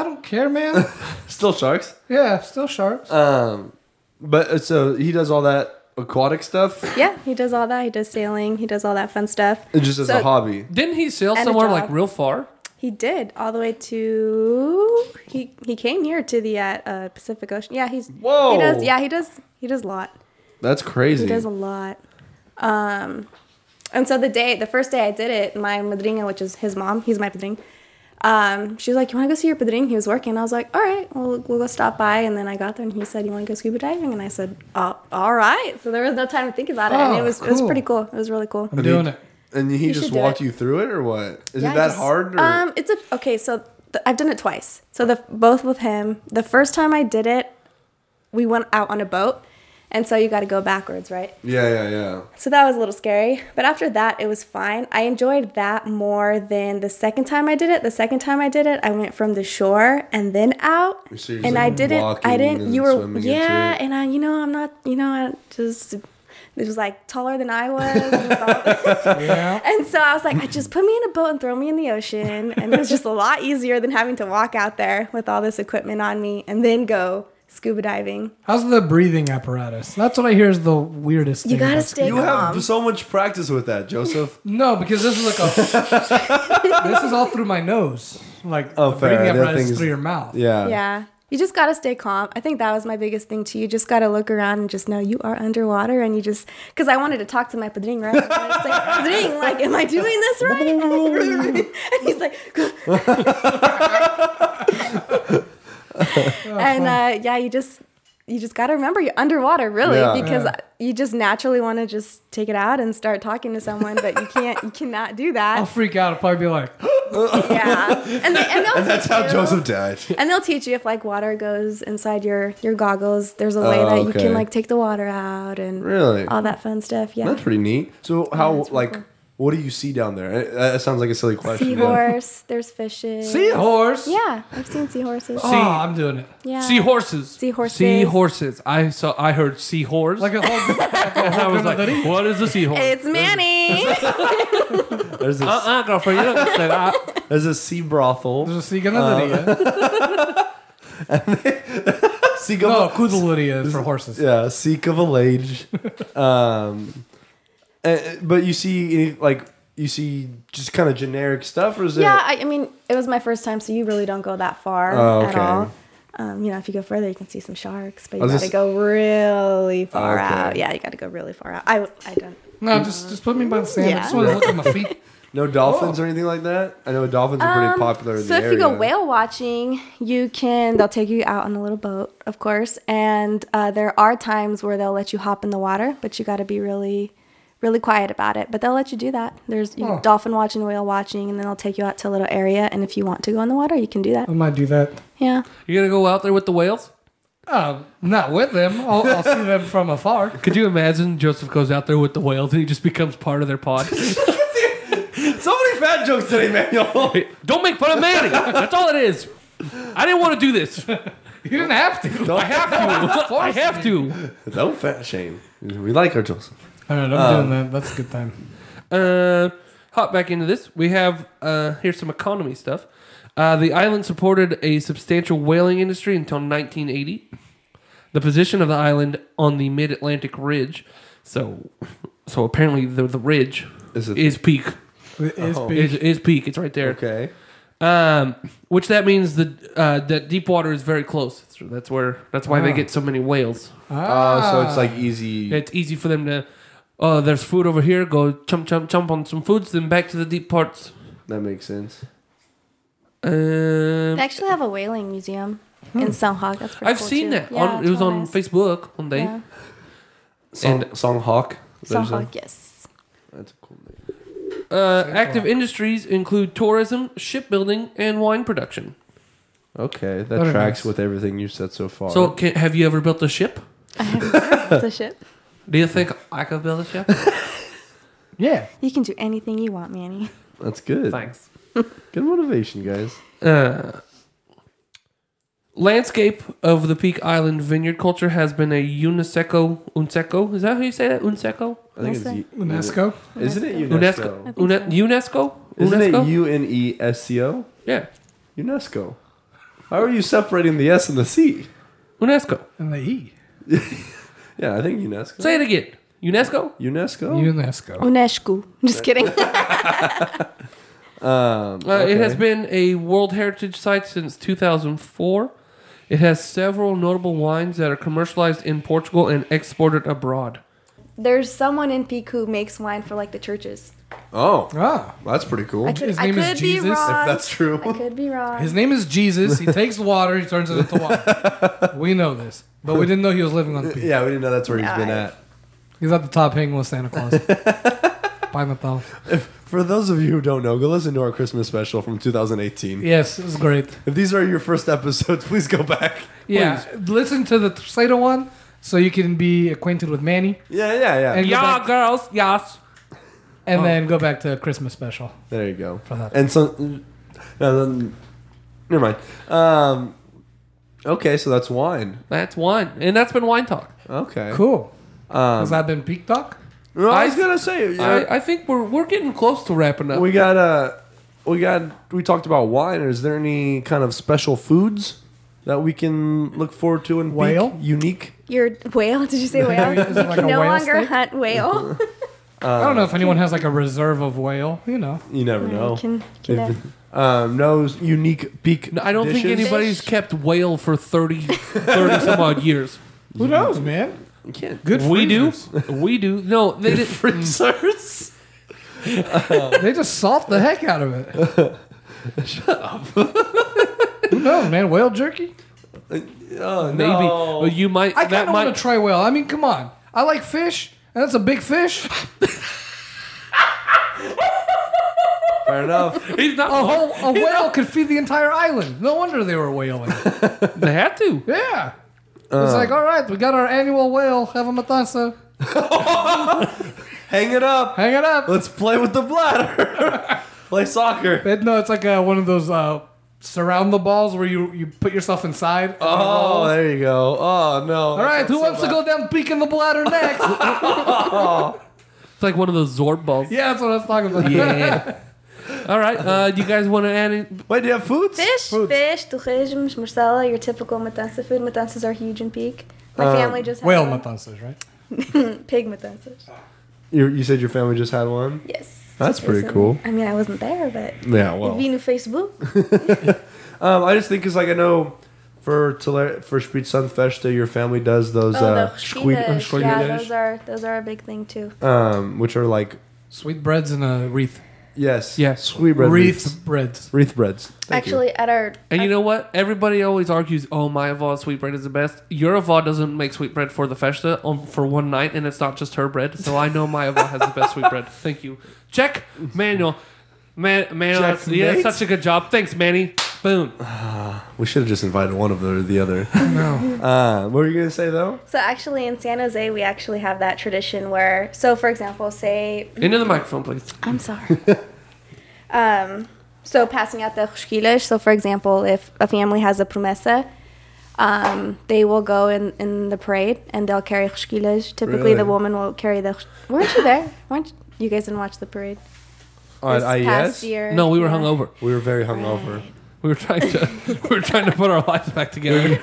C: I don't care, man.
B: still sharks.
C: yeah, still sharks.
B: Um, but uh, so he does all that aquatic stuff
D: yeah, he does all that. He does sailing. He does all that fun stuff.
B: just as a
D: So-
B: hobby.
A: Didn't he sail
D: And a
A: somewhere
D: dog.
A: like real far?
D: He did all the way to he he came here to the uh, uh, Pacific Ocean. Yeah, he's
B: Whoa.
D: He does yeah he does he does a lot.
B: That's crazy.
D: He does a lot. Um, and so the day, the first day I did it, my madrina, which is his mom, he's my padrino. Um, she was like, "You want to go see your padrino?" He was working. I was like, "All right, we'll we'll go stop by." And then I got there, and he said, "You want to go scuba diving?" And I said, oh, "All right." So there was no time to think about it, and it
C: Oh,
D: was it was
C: cool.
D: pretty cool. It was really cool.
C: I'm doing it.
B: and he
D: You
B: just
D: should do
B: walked
D: it.
B: you through it, or what? Is
D: Yeah,
B: it
D: I
B: that
D: just-
B: hard? Or?
D: Um, it's a okay. So th- I've done it twice. So the both with him. The first time I did it, we went out on a boat, and so you got to go backwards, right?
B: yeah, yeah, yeah.
D: So that was a little scary. But after that, it was fine. I enjoyed that more than the second time I did it. The second time I did it, I went from the shore and then out.
B: So you're just,
D: and
B: like,
D: I didn't,
B: walking
D: I didn't,
B: and
D: you were,
B: swimming into
D: yeah.
B: it.
D: And I, you know, I'm not, you know, I just, it was like taller than I was. with all-
C: Yeah.
D: and so I was like, I just put me in a boat and throw me in the ocean. And it was just a lot easier than having to walk out there with all this equipment on me and then go scuba diving.
C: How's the breathing apparatus? That's what I hear is the weirdest thing.
D: You gotta
C: about-
D: stay
B: You have
D: calm.
B: so much practice with that, Joseph.
C: No, because this is like a. this is all through my nose. Like
B: Oh,
C: the
B: fair.
C: breathing
B: The other
C: apparatus
B: thing's-
C: is through your mouth.
B: Yeah.
D: Yeah. You just gotta stay calm. I think that was my biggest thing too. You just gotta look around and just know you are underwater, and you just because I wanted to talk to my padrino, right? And I was like, "Padrino, like, am I doing this right? and he's like, and uh, yeah, you just you just gotta remember you're underwater, really,
B: Yeah.
D: because
C: Yeah.
D: you just naturally want to just take it out and start talking to someone, but you can't, you cannot do
C: I'll
D: that.
C: freak out. I'll probably be like,
D: yeah, and, they, and, they'll
B: That's how
D: teach you.
B: Joseph died.
D: And they'll teach you if like water goes inside your your goggles. There's a way
B: Oh,
D: that you
B: okay.
D: can like take the water out and
B: Really?
D: all that fun stuff. Yeah,
B: That's pretty neat. So how
D: that's pretty
B: like
D: cool.
B: what do you see down there? Eh, That sounds like a silly question. but-
D: seahorse. There's fishes.
C: seahorse.
D: Yeah, I've seen seahorses.
C: Oh, I'm doing it.
D: yeah,
A: Seahorses.
D: Seahorses.
A: Seahorses. I saw. I heard seahorse.
C: Like a whole.
A: and I was like,
C: Like-
A: what is a seahorse?
D: It's Manny. Hey.
B: There's a,
A: Uh uh girlfriend, you don't get to say that.
B: there's a sea brothel.
C: Uh-uh. There's a
B: Uh,
C: Siganalydia.
B: Sea
C: no,
B: caval-
C: Kudaladia for horses.
B: Yeah, seek of a lage. um, eh, but you see, any, like, you see just kind of generic stuff, or is
D: yeah,
B: it?
D: I, I mean, it was my first time, so you really don't go that far
B: Oh,
D: at
B: okay.
D: all. Um, you know, if you go further, you can see some sharks,
B: I
D: but you
B: was
D: gotta
B: just-
D: go really far
B: Okay.
D: out. Yeah, you gotta go really far out. I, I don't.
C: No, just just put me by the sand. I
D: Yeah.
C: just want to look at my feet.
B: No dolphins or anything like that. I know dolphins are pretty
D: Um,
B: popular. In
D: so
B: the
D: if you go
B: area.
D: whale watching, you can they'll take you out on a little boat, of course, and uh, there are times where they'll let you hop in the water, but you got to be really, really quiet about it. But they'll let you do that. There's you
C: Huh.
D: dolphin watching, whale watching, and then they'll take you out to a little area, and if you want to go in the water, you can do that.
C: I
B: Mm.
C: might do that.
D: Yeah.
A: You're going to go out there with the whales?
C: Um, not with them. I'll, I'll see them from afar.
A: Could you imagine Joseph goes out there with the whales and he just becomes part of their pod?
B: So many fat jokes today, Manuel.
A: Don't make fun of Manny. That's all it is. I didn't want to do this.
C: You didn't have to.
A: I have to. I have to.
B: no fat shame. We like our Joseph.
C: All right, I'm
B: Um,
C: doing that. That's a good time.
A: Uh, hop back into this. We have uh, here's some economy stuff. Uh, the island supported a substantial whaling industry until 1980. The position of the island on the mid-Atlantic ridge, so so apparently the the ridge
B: Is it-
A: is peak.
C: It is
B: Oh.
C: big.
A: Is, is peak. It's right there.
B: Okay.
A: Um, which that means the uh, that deep water is very close. So that's where that's why they
C: Ah.
A: get so many whales.
B: Oh, so it's like easy.
A: It's easy for them to. Oh, there's food over here. Go chump chump chump on some foods, then back to the deep parts.
B: That makes sense.
A: Um,
D: They actually have a whaling museum
B: Hmm.
D: in Soundhawk. That's pretty
A: I've
D: cool,
A: seen
D: too.
A: that.
D: Yeah,
A: on,
D: it's
A: it was
D: really
A: on
D: nice.
A: Facebook one day.
D: Yeah.
B: Song,
A: And-
B: Song Hawk. There's a-
D: Soundhawk, yes.
B: That's a cool name.
A: Uh,
C: Same
A: active
C: one.
A: industries include tourism, shipbuilding, and wine production.
B: Okay, that
C: Very
B: tracks
C: nice.
B: with everything you said so far.
A: So, can, have you ever built a ship?
D: it's a ship.
A: Do you think I could build a ship?
C: Yeah.
D: You can do anything you want, Manny.
B: that's good.
A: Thanks.
B: Good motivation, guys.
A: Uh, landscape of the Peak Island vineyard culture has been a UNESCO. Unseco? Is that how you say that? Unseco?
B: I think it's
D: Yes,
B: U-
C: UNESCO.
B: Isn't it
A: UNESCO.
B: UNESCO?
D: think
A: Une- UNESCO?
B: Isn't it
A: UNESCO?
B: U N E S C O?
A: yeah.
B: UNESCO. How are you separating the S and the C?
A: UNESCO.
C: And the E.
B: Yeah, I think UNESCO.
A: Say it again. UNESCO?
B: UNESCO.
C: UNESCO.
D: UNESCO. Just kidding.
B: um,
A: Uh, It has
B: okay.
A: been a World Heritage Site since 2004. It has several notable wines that are commercialized in Portugal and exported abroad.
D: There's someone in Peak who makes wine for like the churches.
B: Oh,
C: Ah.
B: that's pretty cool.
D: I
B: If
D: could,
C: His
D: I
C: name is
D: could
C: Jesus,
D: be
C: if
D: wrong.
B: that's true.
D: I could be wrong.
C: His name is Jesus. He takes water, he turns it into wine. we know this. But we didn't know he was living on the peak.
B: Yeah, we didn't know that's where he's been
D: Nice.
B: at.
C: He's at the top hanging with Santa Claus. Pineapple.
B: If, for those of you who don't know, go listen to our Christmas special from 2018.
C: Yes, it was great.
B: If these are your first episodes, please go back.
C: Yeah. Listen to the Tercero one so you can be acquainted with Manny.
B: Yeah, yeah, yeah.
C: And-
A: Yeah,
C: back-
A: girls. Yes.
C: And
B: Oh.
C: then go back to Christmas special.
B: there you go.
C: For that.
B: And so, uh, no, then, never mind. Um, okay, so that's wine.
A: That's wine. And that's been wine talk.
B: Okay.
C: Cool.
B: Um,
C: Has that been peak talk?
B: no, I was
A: I-
B: gonna say you know,
A: I, I think we're we're getting close to wrapping up.
B: we got uh, we got we talked about wine. Is there any kind of special foods that we can look forward to in Beak?
C: Whale?
B: Unique.
D: Your whale? Did you say whale?
C: Is it
D: you
C: like
D: can
C: a
D: no
C: whale
D: longer
C: steak?
D: hunt whale.
C: I
B: uh,
C: don't know if anyone has like a reserve of whale. You know,
B: You never
D: No,
B: know.
D: you can- uh, you
B: If-
D: never-
B: um, no unique Beak.
A: No, I don't think
B: dishes?
A: anybody's
D: Fish.
A: kept whale for 30, 30 some odd years.
C: who knows, man?
B: You can't.
C: Good.
A: we
C: freezers.
A: do. We do. No, they did.
B: Freezers.
C: They just salt the heck out of it. Shut up. who knows, man? Whale jerky.
B: Oh,
A: Maybe
B: no.
A: Or you might.
C: I kind
A: that
C: of
A: might.
C: want to try whale. I mean, come on. I like fish. And that's a big fish.
B: Fair enough.
A: He's not.
C: A whole a whale could feed the entire island. No wonder they were whaling.
A: They had to.
C: Yeah. It's like,
A: Uh.
C: all right, we got our annual whale. Have a matanza.
B: Hang it up.
C: Hang it up.
B: Let's play with the bladder. play soccer.
C: It- no, it's like uh, one of those uh, surround the balls where you, you put yourself inside.
B: Oh, there you go. Oh no.
C: All right, who wants to go down peak in the bladder next?
A: like one of those Zorb balls.
C: Yeah, that's what I was talking about.
A: Yeah. All right. Uh, do you guys want to add any?
B: Wait, do you have foods?
D: Fish,
B: Foods.
D: fish, torresmos, marsala, your typical matanza food. Matanzas are huge in Peak. My
B: Um,
D: family just had
C: Uh, Whale
D: one.
C: matanzas, right?
D: pig matanzas.
B: You, you said your family just had one.
D: Yes.
B: That's
D: Just
B: pretty
D: recently.
B: cool.
D: I mean, I wasn't there, but
B: Yeah.
D: well.
B: Well,
D: vino Facebook.
B: um, I just think it's like I know for Tele- for Spitzanfeste, your family does those
D: oh, the
B: uh, squid-
D: chinas. Yeah,
B: squididas,
D: those are those are a big thing too.
B: um, which are like
C: Sweetbreads and a wreath.
B: yes,
A: Yeah.
B: sweet bread wreaths.
C: Wreath breads.
B: wreath breads. Thank you.
D: Actually, at our
A: And you know what? Everybody always argues, "Oh, my avod sweetbread is the best." Your avod doesn't make sweetbread for the festa um, for one night, and it's not just her bread. So I know my avod has the best sweetbread. Thank you. Check, Manuel. Man, man,
B: Check,
A: that's, yeah, that's
B: mate.
A: such a good job. Thanks, Manny. Boom.
B: we should have just invited one of the or the other. no. Uh, what were you gonna say though?
D: so actually in San Jose we actually have that tradition where so for example say
A: Into the microphone, please.
D: I'm sorry. um, so passing out the chshkilas. So, for example, if a family has a promesa, um, they will go in, in the parade and they'll carry chshkilas. Typically, the
B: Really?
D: woman will carry the. chsh- Weren't you there? Weren't you, you guys didn't watch the parade
B: On
D: this past
B: IES,
D: year?
A: No, we were
D: Yeah.
A: hungover.
B: we were very hungover.
A: We were trying to we were trying to put our lives back together.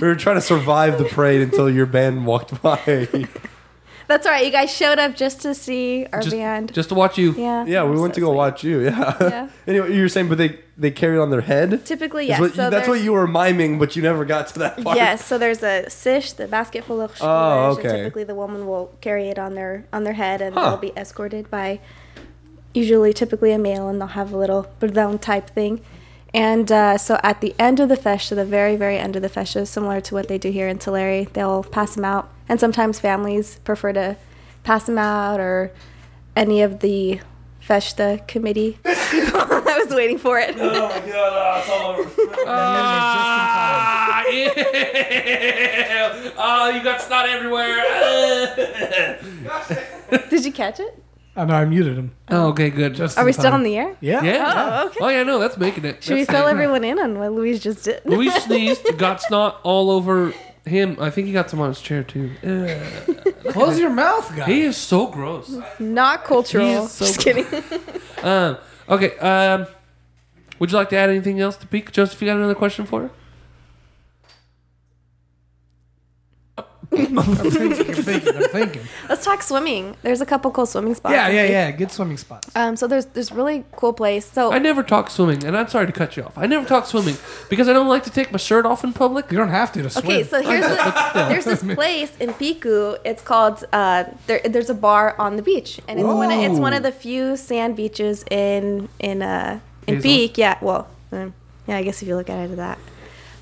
B: We were trying to survive the parade until your band walked by.
D: That's all right. You guys showed up just to see our
A: just,
D: band.
A: just to watch you.
D: yeah.
B: yeah, we
D: I'm
B: went
D: so
B: to go
D: sweet.
B: watch you. Yeah.
D: Yeah.
B: anyway, you were saying, but they they carry it on their head.
D: Typically,
B: Is
D: yes.
B: what you-
D: so
B: that's what
D: there's-
B: you were miming, but you never got to that part.
D: Yes, so there's a sish, the basket full of
B: Oh,
D: shoulders, and
B: okay.
D: typically the woman will carry it on their on their head, and
B: Huh.
D: they'll be escorted by usually typically a male, and they'll have a little burdon type thing. And uh, so at the end of the festa, the very very end of the festa, similar to what they do here in Tulare, they'll pass them out, and sometimes families prefer to pass them out or any of the festa committee. people. I was waiting for it.
B: Uh,
A: Ah, ew. Oh, you got snot everywhere.
D: Did you catch it?
C: I know I muted him.
A: oh, okay, good. Just
D: Are we
B: uh-huh.
D: still on the air?
C: Yeah.
A: yeah.
D: Oh, okay.
A: Oh yeah, no, that's making it.
D: Should we
A: That's
D: fill
A: it.
D: everyone in on what Louise just did?
A: Luis sneezed, got snot all over him. I think he got some on his chair too. Ugh.
C: Close your mouth, guy.
A: He is so gross.
D: Not
A: He
D: cultural.
A: is so
D: just kidding.
A: Um, okay. Um, would you like to add anything else to Peak? Joseph, you got another question for her?
C: I'm thinking, I'm thinking, I'm thinking.
D: Let's talk swimming. There's a couple cool swimming spots.
C: Yeah, yeah, yeah. Good swimming spots.
D: Um, so there's this really cool place. So
A: I never talk swimming, and I'm sorry to cut you off. I never talk swimming because I don't like to take my shirt off in public.
C: You don't have to to swim.
D: okay, so here's the, there's this place in Piku. It's called uh, there, there's a bar on the beach, and it's one of, it's one of the few sand beaches in in uh, in
A: Hazel.
D: Peak. Yeah, well, um, yeah, I guess if you look at it that.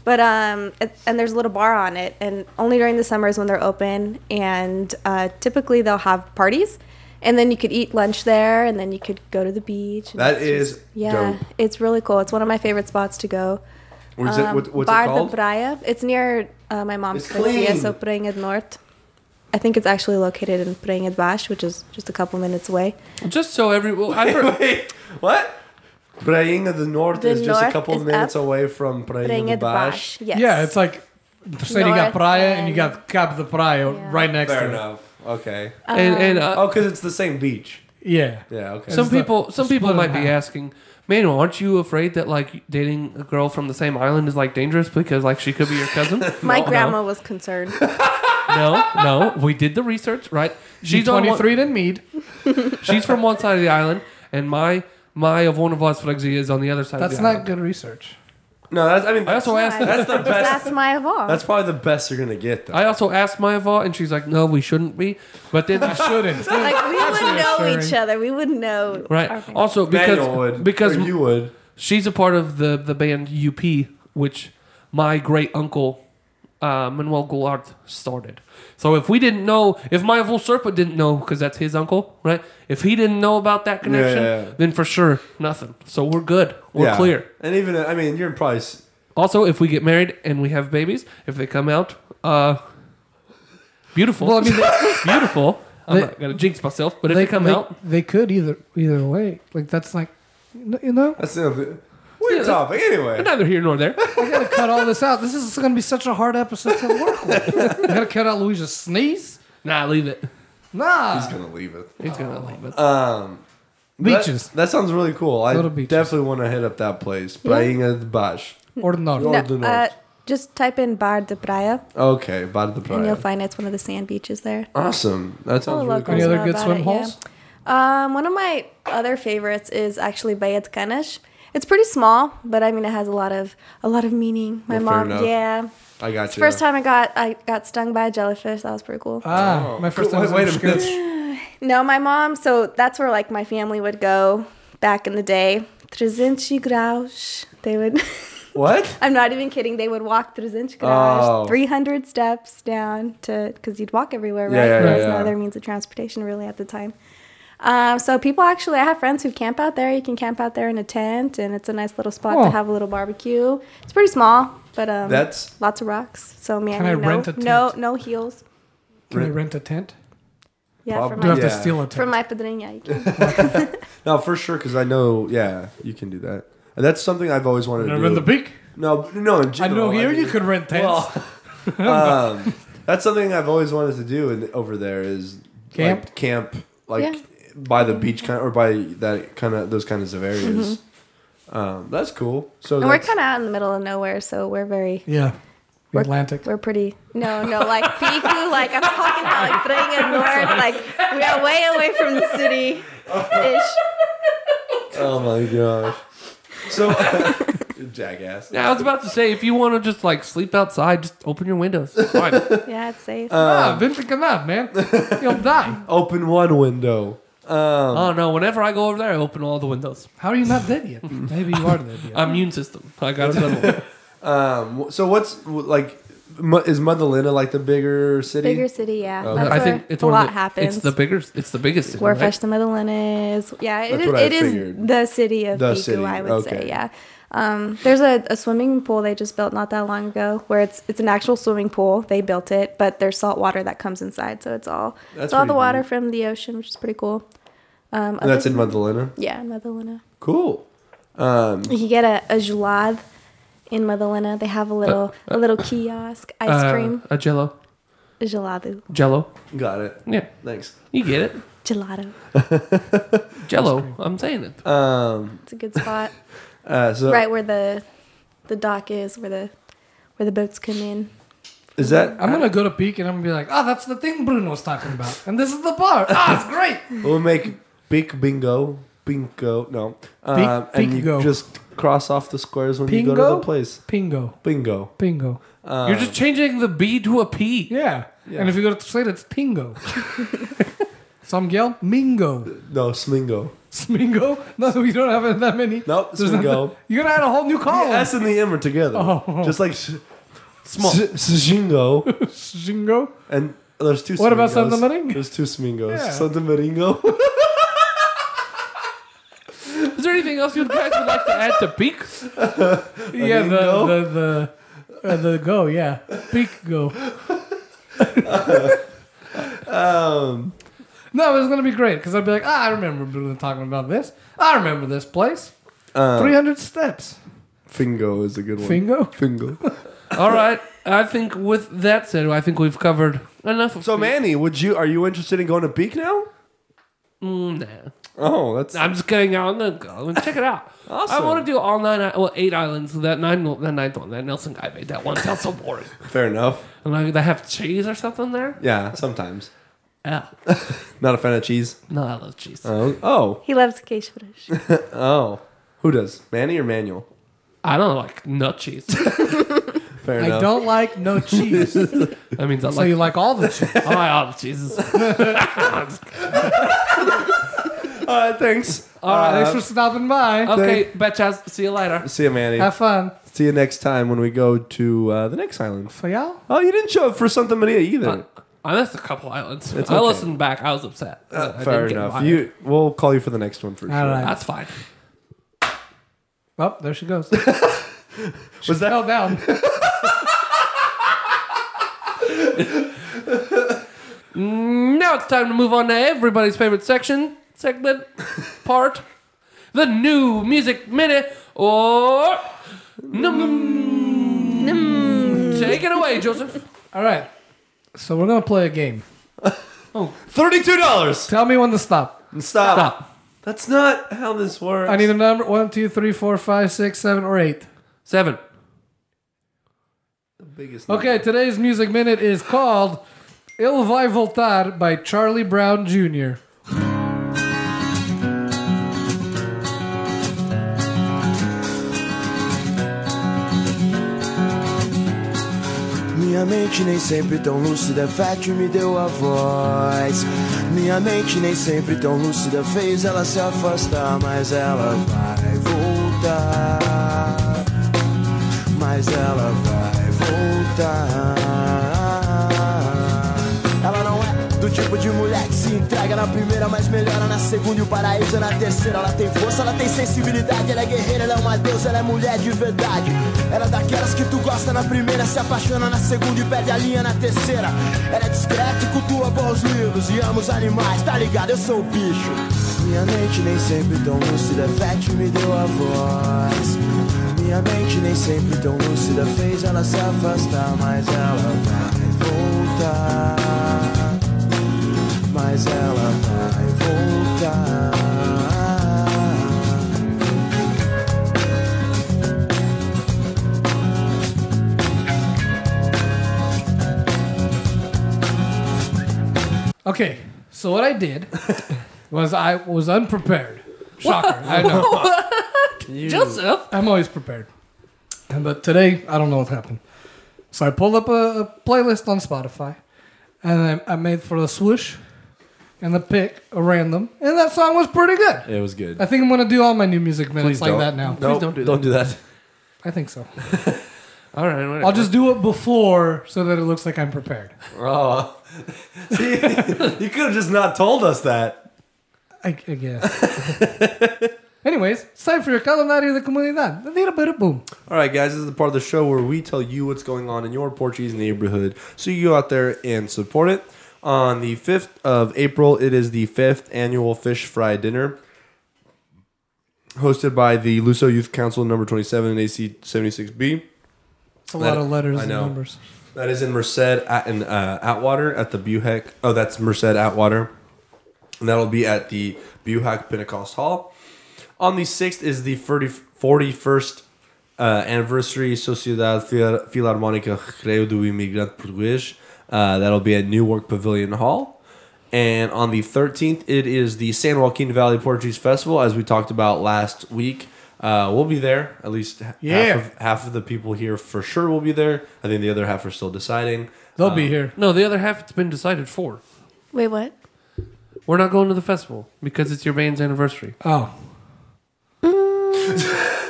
D: But um, it, and there's a little bar on it, and only during the summer is when they're open, and uh, typically they'll have parties. And then you could eat lunch there, and then you could go to the beach. and
B: That
D: it's just-
B: is
D: yeah,
B: dope.
D: it's really cool. It's one of my favorite spots to go. Um,
B: What is it, what, what's
D: Bar
B: it called?
D: de Praia. It's near uh, my mom's
B: It's
D: place,
B: clean.
D: so Prainha North. I think it's actually located in Prainha Bash, which is just a couple minutes away.
A: Just so every well, I've heard,
B: Wait, what? Praying of the North
D: The
B: is just a
D: North
B: couple
D: is
B: minutes
D: up.
B: away from Praying
D: Prainha
B: of the Bash.
D: Bash. Yes.
C: Yeah, it's like saying you got
D: North
C: Praia and you
D: and-
C: got Cap de Praia
D: Yeah.
C: right next
B: Fair
C: to it.
B: enough. Okay.
A: and, and uh,
B: Oh, because it's the same beach.
C: Yeah.
B: Yeah. Okay.
A: some
C: It's like
A: people, some people
C: split
A: might
C: in
A: be
C: half.
A: asking, Manuel, aren't you afraid that like dating a girl from the same island is like dangerous because like she could be your cousin?
D: My
A: No, no,
D: grandma was concerned.
A: No, no, we did the research, right?
C: She's
A: She's on one,
C: 23 in Mead.
A: she's from one side of the island, and my my Avona Vlasfrexi is on the other side.
C: That's
A: of the
C: not good reissuch.
B: no, that's. I mean,
A: I
B: that's,
A: also asked.
B: that's the best.
D: That's my avon.
B: That's probably the best you're gonna get. Though.
A: I also asked my Avon, and she's like, "No, we shouldn't be." But then
C: You shouldn't.
D: like we would know
C: reassuring.
D: each other. We would know. our
A: Right.
D: family.
A: Also,
B: Manuel
A: because
B: would,
A: because
B: or you would.
A: she's a part of the the band UP, which my great uncle uh, Manuel Goulart started. So if we didn't know, if my full Serpa didn't know, because that's his uncle, right? If he didn't know about that connection,
B: yeah, yeah.
A: then for sure nothing. So we're good. We're
B: Yeah.
A: clear.
B: And even I mean, you're probably s-
A: Also, if we get married and we have babies, if they come out, uh, beautiful.
C: Well, I mean,
A: beautiful. I'm
C: They-
A: not gonna jinx myself, but if they come out,
C: They could either either way. Like that's like, you know,
B: That's another weird
A: Yeah, that's-
B: topic. Anyway,
A: neither here nor there.
C: I gotta cut all this out. This is gonna be such a hard episode to work with. I gotta cut out Louisa's sneeze.
A: nah, leave it.
C: Nah.
B: He's gonna leave it.
A: He's gonna leave it.
B: Um,
C: Beaches.
B: That, that sounds really cool. I
C: Little beaches.
B: definitely want to hit up that place. Bahia de Bash.
C: Or not.
B: No. do
D: No, uh,
B: not.
D: just type in Bar de Praia,
B: Okay, Bahia de
D: and
B: Praia.
D: you'll find it's one of the sand beaches there.
B: Awesome. That sounds
D: Oh,
B: really
D: look,
B: cool.
C: Any other
D: know
C: good
D: about
C: swim
D: it,
C: holes?
D: Um, one of my other favorites is actually Bayat Kanish. It's pretty small, but I mean it has a lot of a lot of meaning. My
B: Well, fair
D: mom,
B: enough.
D: yeah.
B: I got
D: It's
B: you.
D: the first time I got I got stung by a jellyfish. That was pretty cool.
B: Uh,
C: Ah, my first time
B: Oh. Wait,
C: was
B: wait
C: in
B: a
C: Skirts.
B: minute.
D: no, my mom. So that's where like my family would go back in the day. Trezinci Grausch. They would.
B: What?
D: I'm not even kidding. They would walk Trezinci Grausch,
B: Oh.
D: 300 steps down to because you'd walk everywhere, right?
B: Yeah, yeah,
D: there
B: yeah,
D: was no
B: yeah.
D: other means of transportation really at the time. Um, so people actually, I have friends who camp out there. You can camp out there in a tent, and it's a nice little spot
C: Oh.
D: to have a little barbecue. It's pretty small, but um,
B: That's-
D: lots of rocks. So man,
C: Can I
D: no,
C: rent a
D: no,
C: tent?
D: no heels.
C: Can I rent a tent?
D: Yeah, from
B: Probably.
C: Do I
D: my
C: have to
B: Yeah.
C: steal a tent?
D: from my padrinha. You can.
B: No, for sure. Because I know. Yeah, you can do that. And that's something I've always wanted
C: Can I
B: to do.
C: rent the beak?
B: no, no. In
C: I
B: general,
C: know here
B: mean-
C: you could rent tents.
B: Well, um, that's something I've always wanted to do in, over there is
C: Camp?
B: like, camp, like
D: Yeah.
B: by the beach kind or by that kind of those kinds of areas. Um, that's cool. So
D: Mm-hmm. and we're
B: that's-
D: kind of out in the middle of nowhere, so we're very
C: yeah. The
D: We're-
C: Atlantic.
D: We're pretty. No, no, like Piku, like I'm talking about like Praia North, like we are way away from the city. Ish.
B: oh my gosh. So jackass.
A: Yeah, I was about to say, if you want to just like sleep outside, just open your windows. It's Fine.
D: Yeah, it's safe.
A: Uh,
B: Um,
C: ah, Vinci Canab, man. You'll die.
B: Open one window. Um,
A: oh no! Whenever I go over there, I open all the windows.
C: How are you not dead yet? Maybe you are dead yet.
A: Immune system. I got it.
B: um, so what's like? Mu- Is Madalena like the bigger city?
D: Bigger city, yeah.
B: Okay.
D: That's
A: Oh, I think
D: where
A: it's
D: a
A: one of
D: lot
A: the,
D: happens.
A: It's the bigger. It's the biggest. City,
D: where
A: right?
D: Festa Medellin is. Yeah, it
B: That's
D: is.
B: what I
D: It is
B: figured.
D: the city of
B: The
D: Piku,
B: city,
D: I would
B: okay.
D: say. Yeah. Um, there's a, a swimming pool they just built not that long ago, where it's it's an actual swimming pool. They built it, but there's salt water that comes inside, so it's all
B: That's
D: it's all
B: pretty
D: the water
B: neat.
D: from the ocean, which is pretty cool. Um,
B: And that's
D: other-
B: in Madalena.
D: yeah, Medellin.
B: Cool. Um,
D: You can get a, a gelade in Madalena. They have a little
B: Uh,
D: a little kiosk ice
A: Uh,
D: cream
A: A Jello.
D: gelado
A: Jello.
B: got it.
A: Yeah,
B: Thanks.
A: you get it.
D: gelato.
A: Jello. I'm saying it.
B: Um,
D: It's a good spot,
B: uh, so
D: right where the the dock is, where the where the boats come in.
B: is that
C: I'm gonna go to peak and I'm gonna be like, ah, that's the thing Bruno was talking about, and this is the bar. Ah, it's great.
B: We'll make big bingo, bingo. No, um, and you
C: bingo.
B: just cross off the squares when you go to
C: Bingo?
B: the place.
C: Pingo,
B: Bingo.
C: pingo.
B: Um,
A: You're just changing the B to a P.
C: Yeah.
B: Yeah.
C: And if you go to Slate, it's pingo. Some yell mingo,
B: no smingo.
C: smingo. No, we don't have that many.
B: Nope,
C: There's not
B: smingo.
C: that- You're gonna add a whole new
B: The
C: column.
B: S and the M are together,
C: Oh.
B: just like s-
A: Small.
B: s- szingo.
C: Shingo.
B: And there's two.
C: What about
B: smingos.
C: Santa Maringo?
B: There's two smingos.
C: Yeah.
B: Santa Maringo.
A: Is there anything else you guys would like to add to peak?
C: Yeah,
B: Mingo?
C: the the the, uh, the go. Yeah, peak go.
B: um,
C: No, it's gonna be great because I'd be like, ah, I remember Bruno talking about this. I remember this place.
B: uh,
C: 300 steps.
B: fingo is a good one.
C: Fingo?
B: Fingo.
A: All right. I think with that said, I think we've covered enough of
B: So
A: peak.
B: Manny, would you are you interested in going to Beak now?
A: Mm, nah.
B: Oh, that's
A: I'm just kidding. I'm gonna go and check it out.
B: Awesome.
A: I want to do all nine, i- well, eight islands. That nine, that ninth one, that Nelson guy made that one sounds so boring.
B: fair enough.
A: And like, they have cheese or something there.
B: Yeah, sometimes.
A: Yeah,
B: Not a fan of cheese.
A: no, I love cheese.
B: Oh, oh.
D: He loves queijo
B: Oh, who does Manny or Manuel?
A: I don't like nut cheese.
B: Fair
C: I
B: enough.
C: don't like no cheese. so
A: That means I like.
C: you like all the cheese.
A: oh, I love cheeses.
B: All right, thanks.
A: All right,
C: Thanks for stopping by.
A: okay, betchas. See you later.
B: See you, Manny.
C: Have fun.
B: See you next time when we go to uh, the next island.
C: For y'all.
B: Oh, you didn't show up for Santa Maria
C: Uh,
B: either. Uh,
A: I missed a couple islands.
B: It's
A: I
B: okay. Uh,
A: listened back. I was upset. I didn't
B: Fair
A: get
B: enough.
A: invited.
B: You, we'll call you for the next one for sure.
C: All right.
A: That's fine.
C: Oh, there she goes.
B: Was
C: Fell
B: that
C: down.
A: Now it's time to move on to everybody's favorite section, segment, part, the new music minute, or num. Take it away, Joseph.
C: All right. So we're gonna play a game.
A: Oh.
B: Thirty-two dollars.
C: Tell me when to stop.
B: Stop. Stop.
A: Stop.
B: That's not how this works.
C: I need a number one, two, three, four, five, six, seven, or eight.
A: Seven.
B: the biggest.
C: Okay, today's music minute is called Il Vai Voltar by Charlie Brown Jr.
E: Minha mente nem sempre tão lúcida, fértil me deu a voz. Minha mente nem sempre tão lúcida, fez ela se afastar, mas ela vai voltar. Mas ela vai voltar. Ela não é do tipo de mulher que se entrega na primeira, mas melhora na segunda e o paraíso é na terceira. Ela tem força, ela tem sensibilidade, ela é guerreira, ela é uma deusa, ela é mulher de verdade. Ela é daquelas que tu gosta na primeira, se apaixona na segunda e perde a linha na terceira. Ela é discreta e cultua bons livros e ama os animais, tá ligado? Eu sou o bicho. Minha mente nem sempre tão lúcida, Vete me deu a voz. Minha mente nem sempre tão lúcida fez ela se afastar, mas ela vai voltar. Mas ela vai voltar.
C: Okay, so what I did was I was unprepared. Shocker, I know.
A: Joseph.
C: I'm always prepared. And- But today, I don't know what happened. So I pulled up a, a playlist on Spotify, and I, I made for the swoosh and the pick, a random, and that song was pretty good.
B: It was good.
C: I think I'm gonna do all my new music minutes like that now.
B: No,
A: don't do
B: Don't do that.
C: I think so.
A: All right. Whatever.
C: I'll just do it before so that it looks like I'm prepared.
B: Oh. See, you could have just not told us that.
C: I, I guess. Anyways, it's time for your calendario de comunidad. A little bit of boom.
B: All right, guys, this is the part of the show where we tell you what's going on in your Portuguese neighborhood. So you go out there and support it. On the 5th of April, it is the 5th annual Fish Fry Dinner. Hosted by the Luso Youth Council number 27 and AC 76B.
C: It's a lot
B: That-
C: of letters
B: I
C: and
B: know.
C: numbers.
B: That is in Merced at in, uh, Atwater at the Buhec. Oh, that's Merced Atwater, and that'll be at the Buhec Pentecost Hall. On the sixth is the 30, 41st uh, anniversary Sociedade Fil- Filarmónica Recreio do Imigrante Português. Uh, that'll be at Newark Pavilion Hall. And on the 13th, it is the San Joaquin Valley Portuguese Festival, as we talked about last week. Uh, we'll be there. At least h-
C: Yeah.
B: half, of, half of the people here for sure will be there. I think the other half are still deciding.
C: They'll be here.
A: No, the other half it's been decided for.
D: Wait, what?
A: We're not going to the festival because it's your band's anniversary.
C: Oh.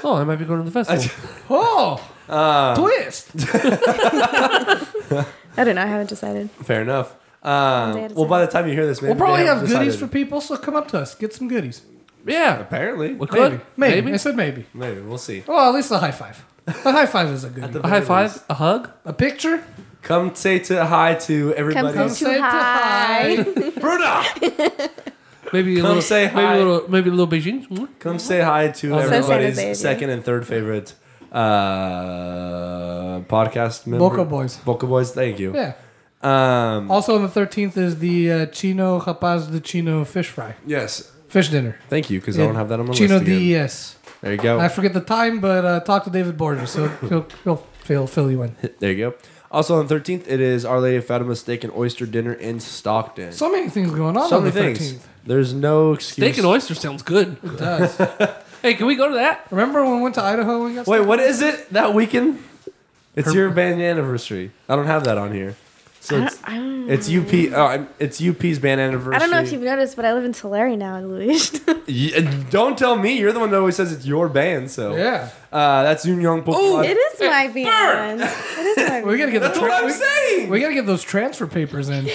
A: Oh, I might be going to the festival.
C: Oh!
B: uh,
C: twist!
D: I don't know. I haven't decided.
B: Fair enough.
D: They
B: Uh,
D: had
B: well, by the time you hear this, maybe
C: We'll probably
B: they
C: have goodies for
B: decided.
C: people, so come up to us. Get some goodies.
A: yeah.
B: Apparently,
A: We could.
C: Maybe.
A: Maybe.
C: Maybe. I said maybe.
B: maybe we'll see.
C: Well, at least a high five. A high five is a goodie.
A: A high five? A hug?
C: A picture?
B: Come say to hi to
D: Come
B: everybody.
D: say
C: say
D: too high.
B: Bruna!
A: Maybe a
B: Come
A: little,
B: say
A: maybe
B: hi.
A: A little, maybe a little Beijing. Hmm?
B: Come say hi to
D: Also San
B: everybody's
D: Jose, yeah.
B: second and third favorite uh, podcast member.
C: Boca Boys.
B: Boca Boys, thank you.
C: Yeah.
B: Um,
C: Also, on the 13th is the uh, Chino Rapaz de Chino fish fry.
B: yes,
C: Fish dinner.
B: thank you, because I don't have that on my
C: Chino E
B: list again.
C: DES.
B: There you go.
C: I forget the time, but uh, talk to David Borges. So he'll, he'll, he'll fill you in.
B: there you go. Also on the 13th, it is Our Lady of Fatima Steak and Oyster Dinner in Stockton.
C: So many things going on
B: So
C: on the
B: many
C: 13th.
B: things. There's no excuse.
A: Steak and oyster sounds good.
C: It does.
A: Hey, can we go to that?
C: Remember when we went to Idaho and got
B: Wait,
C: stuck?
B: what is it that weekend? It's your band anniversary. I don't have that on here. So
D: I
B: it's,
D: don't, I don't,
B: it's UP. Oh, I'm- it's UP's band anniversary.
D: I don't know if you've noticed, but I live in Tulare now, Luis.
B: Uh, Yeah, don't tell me. You're the one that always says it's your band. So
C: Yeah.
B: uh, that's Yoon Young Pok.
A: Ooh,
D: it is my band. It is my
C: We
D: band.
C: gotta get the
B: That's what I'm
C: we-
B: saying.
C: We gotta get those transfer papers in. Yeah,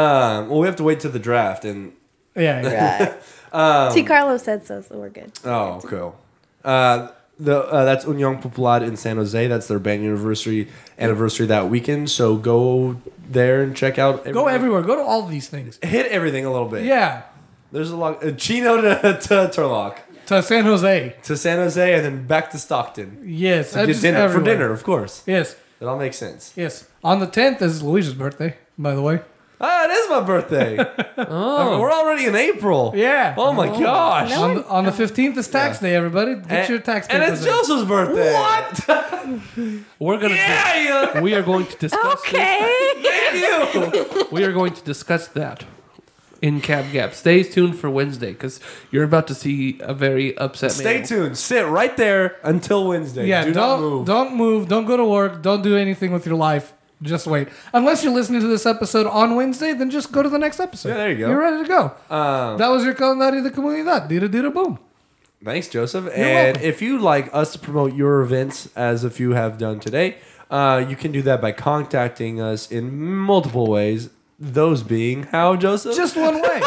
B: Um, well, we have to wait till the draft, and
C: yeah.
B: Um,
D: T. Carlo said so, so we're good.
B: oh, cool. Uh, the uh, that's Union Popular in San Jose. That's their band anniversary anniversary that weekend. So go there and check out.
C: Go
B: everything.
C: everywhere. Go to all these things.
B: Hit everything a little bit.
C: Yeah.
B: There's a lot. Uh, Chino to, to Turlock
C: To San Jose.
B: to San Jose, and then back to Stockton
C: Yes.
B: to
C: that's
B: get
C: just
B: dinner for
C: everywhere.
B: dinner, of course.
C: Yes.
B: That all makes sense.
C: Yes. On the tenth is Luisa's birthday, by the way.
B: Ah, it is my birthday.
A: Oh.
B: We're already in April.
C: Yeah.
B: Oh my gosh.
D: No
C: on,
D: one-
C: the, on the 15th is tax day, everybody. Get
B: And-
C: your tax
B: And
C: papers
B: it's
C: in.
B: Joseph's birthday. What?
A: We're gonna.
B: yeah, you.
A: We are going to discuss.
D: Okay.
B: Thank you.
A: This. We are going to discuss that in Cab Gap. Stay tuned for Wednesday because you're about to see a very upset.
B: Stay
A: man.
B: tuned. Sit right there until Wednesday.
C: Yeah,
B: do
C: not
B: not move.
C: don't move. Don't go to work. Don't do anything with your life. Just wait. Unless you're listening to this episode on Wednesday, then just go to the next episode.
B: Yeah, there you go.
C: You're ready to go.
B: Um,
C: that was your calendario de comunidad. Dida dida boom.
B: thanks, Joseph. and
C: welcome.
B: if you like us to promote your events as a few have done today, uh, you can do that by contacting us in multiple ways. Those being how, Joseph?
C: Just one way.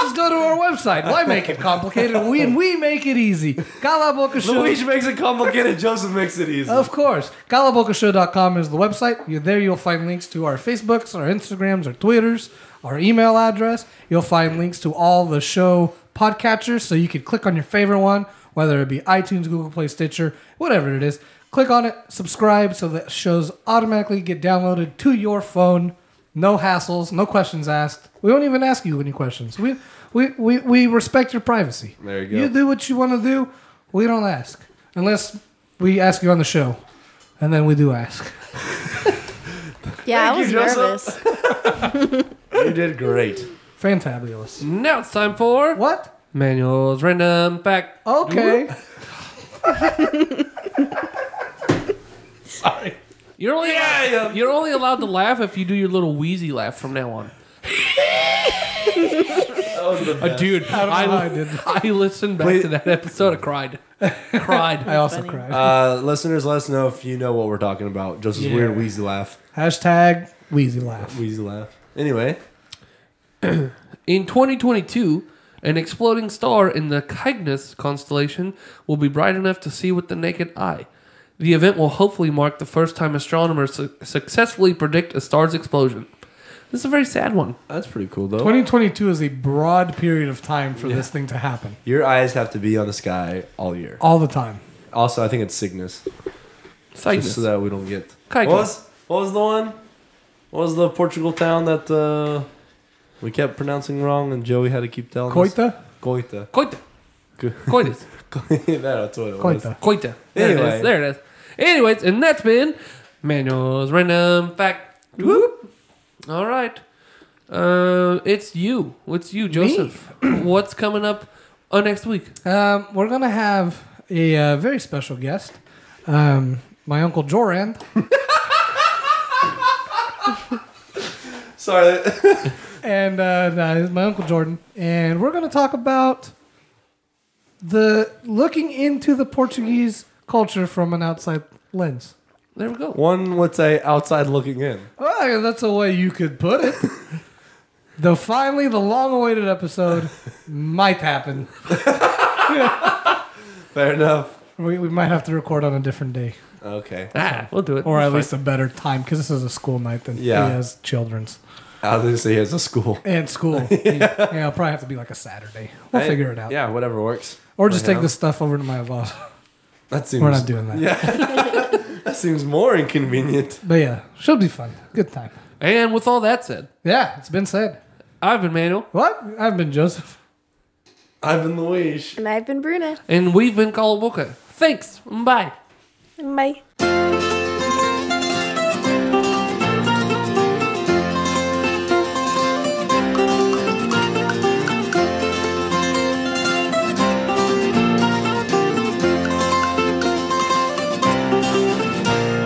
C: just go to our website. Why make it complicated? We and we make it easy. Calaboca Show.
B: Luigi makes it complicated. Joseph makes it easy.
C: Of course. Calabocashow.com is the website. You, there you'll find links to our Facebooks, our Instagrams, our Twitters, our email address. You'll find links to all the show podcatchers, so you can click on your favorite one, whether it be iTunes, Google Play, Stitcher, whatever it is. Click on it, subscribe, so that shows automatically get downloaded to your phone. No hassles, no questions asked. We don't even ask you any questions. We, we, we, we respect your privacy.
B: There you go.
C: You do what you want to do. We don't ask. Unless we ask you on the show. And then we do ask.
D: Yeah, I
B: Thank
D: was
B: you, Joseph.
D: nervous.
B: you did great.
C: Fantabulous.
A: Now it's time for
C: What?
A: Manuel's random fact.
C: Okay.
A: You're only allowed, you're only allowed to laugh if you do your little wheezy laugh from now on. Uh, dude, I,
C: know how I did
A: I listened back
B: Please-
A: to that episode. I cried, cried.
C: I also
D: funny.
C: cried.
B: Uh, listeners, let us know if you know what we're talking about. Joseph's
C: Yeah.
B: weird wheezy laugh.
C: Hashtag Wheezy Laugh.
B: Wheezy laugh. Anyway,
A: In 2022, an exploding star in the Cygnus constellation will be bright enough to see with the naked eye. The event will hopefully mark the first time astronomers su- successfully predict a star's explosion. This is a very sad one.
B: that's pretty cool though.
C: 2022 is a broad period of time for this thing to happen.
B: Your eyes have to be on the sky all year.
C: All the time.
B: Also, I think it's Cygnus.
A: Cygnus.
B: Just so that we don't get.
A: Kike.
B: What was, what was the one? What was the Portugal town that uh, we kept pronouncing wrong and Joey had to keep telling us?
C: Coita?
B: Coita.
A: Coita.
B: Good.
A: Coitus.
B: Coita. That's what it was.
C: Coita.
A: Coita. There it
B: Anyway.
A: is. There it is. Anyways, and that's been Manuel's random fact. Whoop. All right. Uh, it's you. It's you, Joseph. What's coming up uh, next week?
C: Um, we're going to have a uh, very special guest. Um, my uncle Joran.
B: Sorry.
C: and uh, no, it's my uncle Jordan, and we're going to talk about the looking into the Portuguese culture from an outside lens.
A: There we go.
B: one would say outside looking in.
C: Well, Ah, that's a way you could put it. the finally, the long-awaited episode might happen.
B: Fair enough.
C: We, we might have to record on a different day,
B: Okay.
A: Ah, we'll do it.
C: or at
A: It's
C: least a better time, because this is a school night than
B: Yeah.
C: he has children's
B: Obviously, it's a school.
C: and school. yeah. it'll probably have to be like a Saturday. We'll
B: Hey,
C: figure it out,
B: Yeah, whatever works.
C: or just
B: Right
C: take
B: now.
C: this stuff over to my boss.
B: That seems.
C: We're not doing that.
B: That seems more inconvenient.
C: But yeah, should be fun. Good time.
A: fine. And with all that said,
C: Yeah, it's been said.
A: I've been Manuel,
C: What? I've been Joseph.
B: I've been Luis.
D: And I've been Bruna.
A: and we've been Kalabuka. Thanks. Bye.
D: Bye.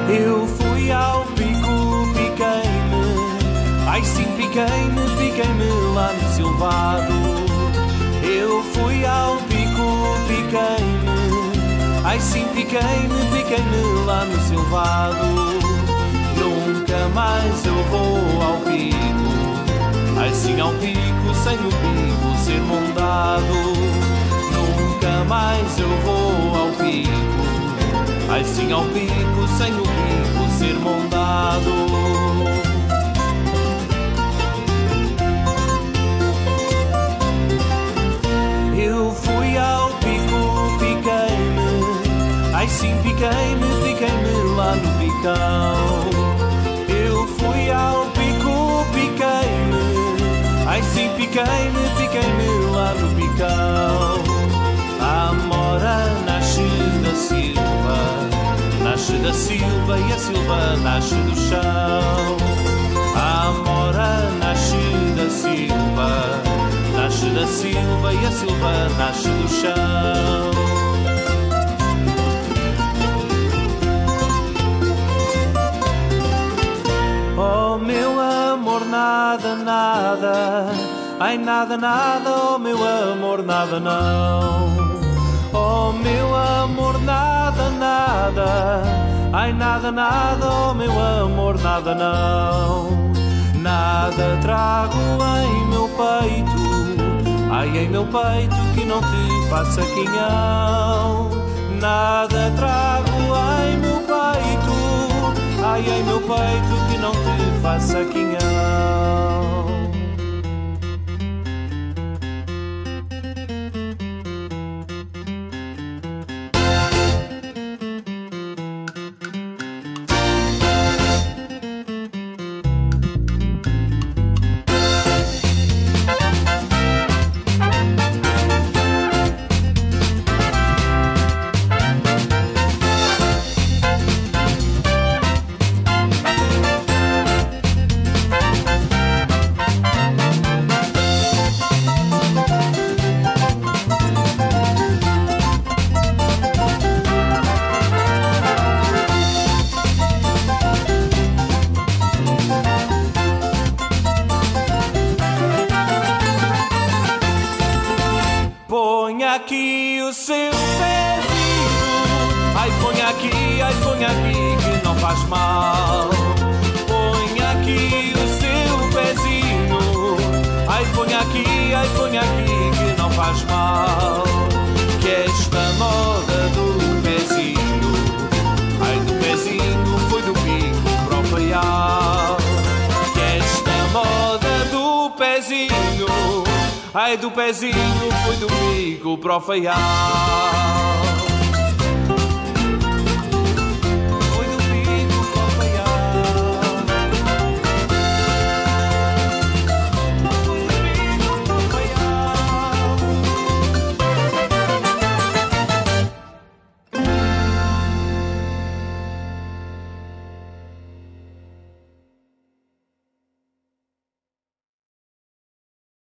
F: Eu fui ao pico, piquei-me. Ai sim, piquei-me, piquei-me lá no Silvado. Eu fui ao pico, piquei-me. Ai sim, piquei-me, piquei-me lá no Silvado. Nunca mais eu vou ao pico. Ai sim, ao pico, sem o pico ser mondado. Nunca mais eu vou ao pico. Ai sim ao pico, sem o pico ser moldado. Eu fui ao pico, piquei-me. Ai sim, piquei-me, piquei-me lá no picão. Eu fui ao pico, piquei-me. piquei-me, piquei-me lá no picão. A Amora nasce da Silva, nasce da Silva e a Silva nasce do chão. A Amora nasce da Silva, nasce da Silva e a Silva nasce do chão. Oh meu amor, nada, nada Ai nada, nada, oh meu amor, nada não Oh meu amor, nada, nada Ai nada, nada, oh meu amor, nada não Nada trago em meu peito Ai em meu peito que não te faça quinhão Nada trago em meu peito Ai em meu peito que não te faça quinhão Ponha aqui o seu pezinho Ai, ponha aqui, ai, ponha aqui que não faz mal Ponha aqui o seu pezinho Ai, ponha aqui, ai, ponha aqui que não faz mal Que esta moda do pezinho Ai, do pezinho foi do pico para o paial Que esta moda do pezinho Ai, do pezinho foi do pico para o feial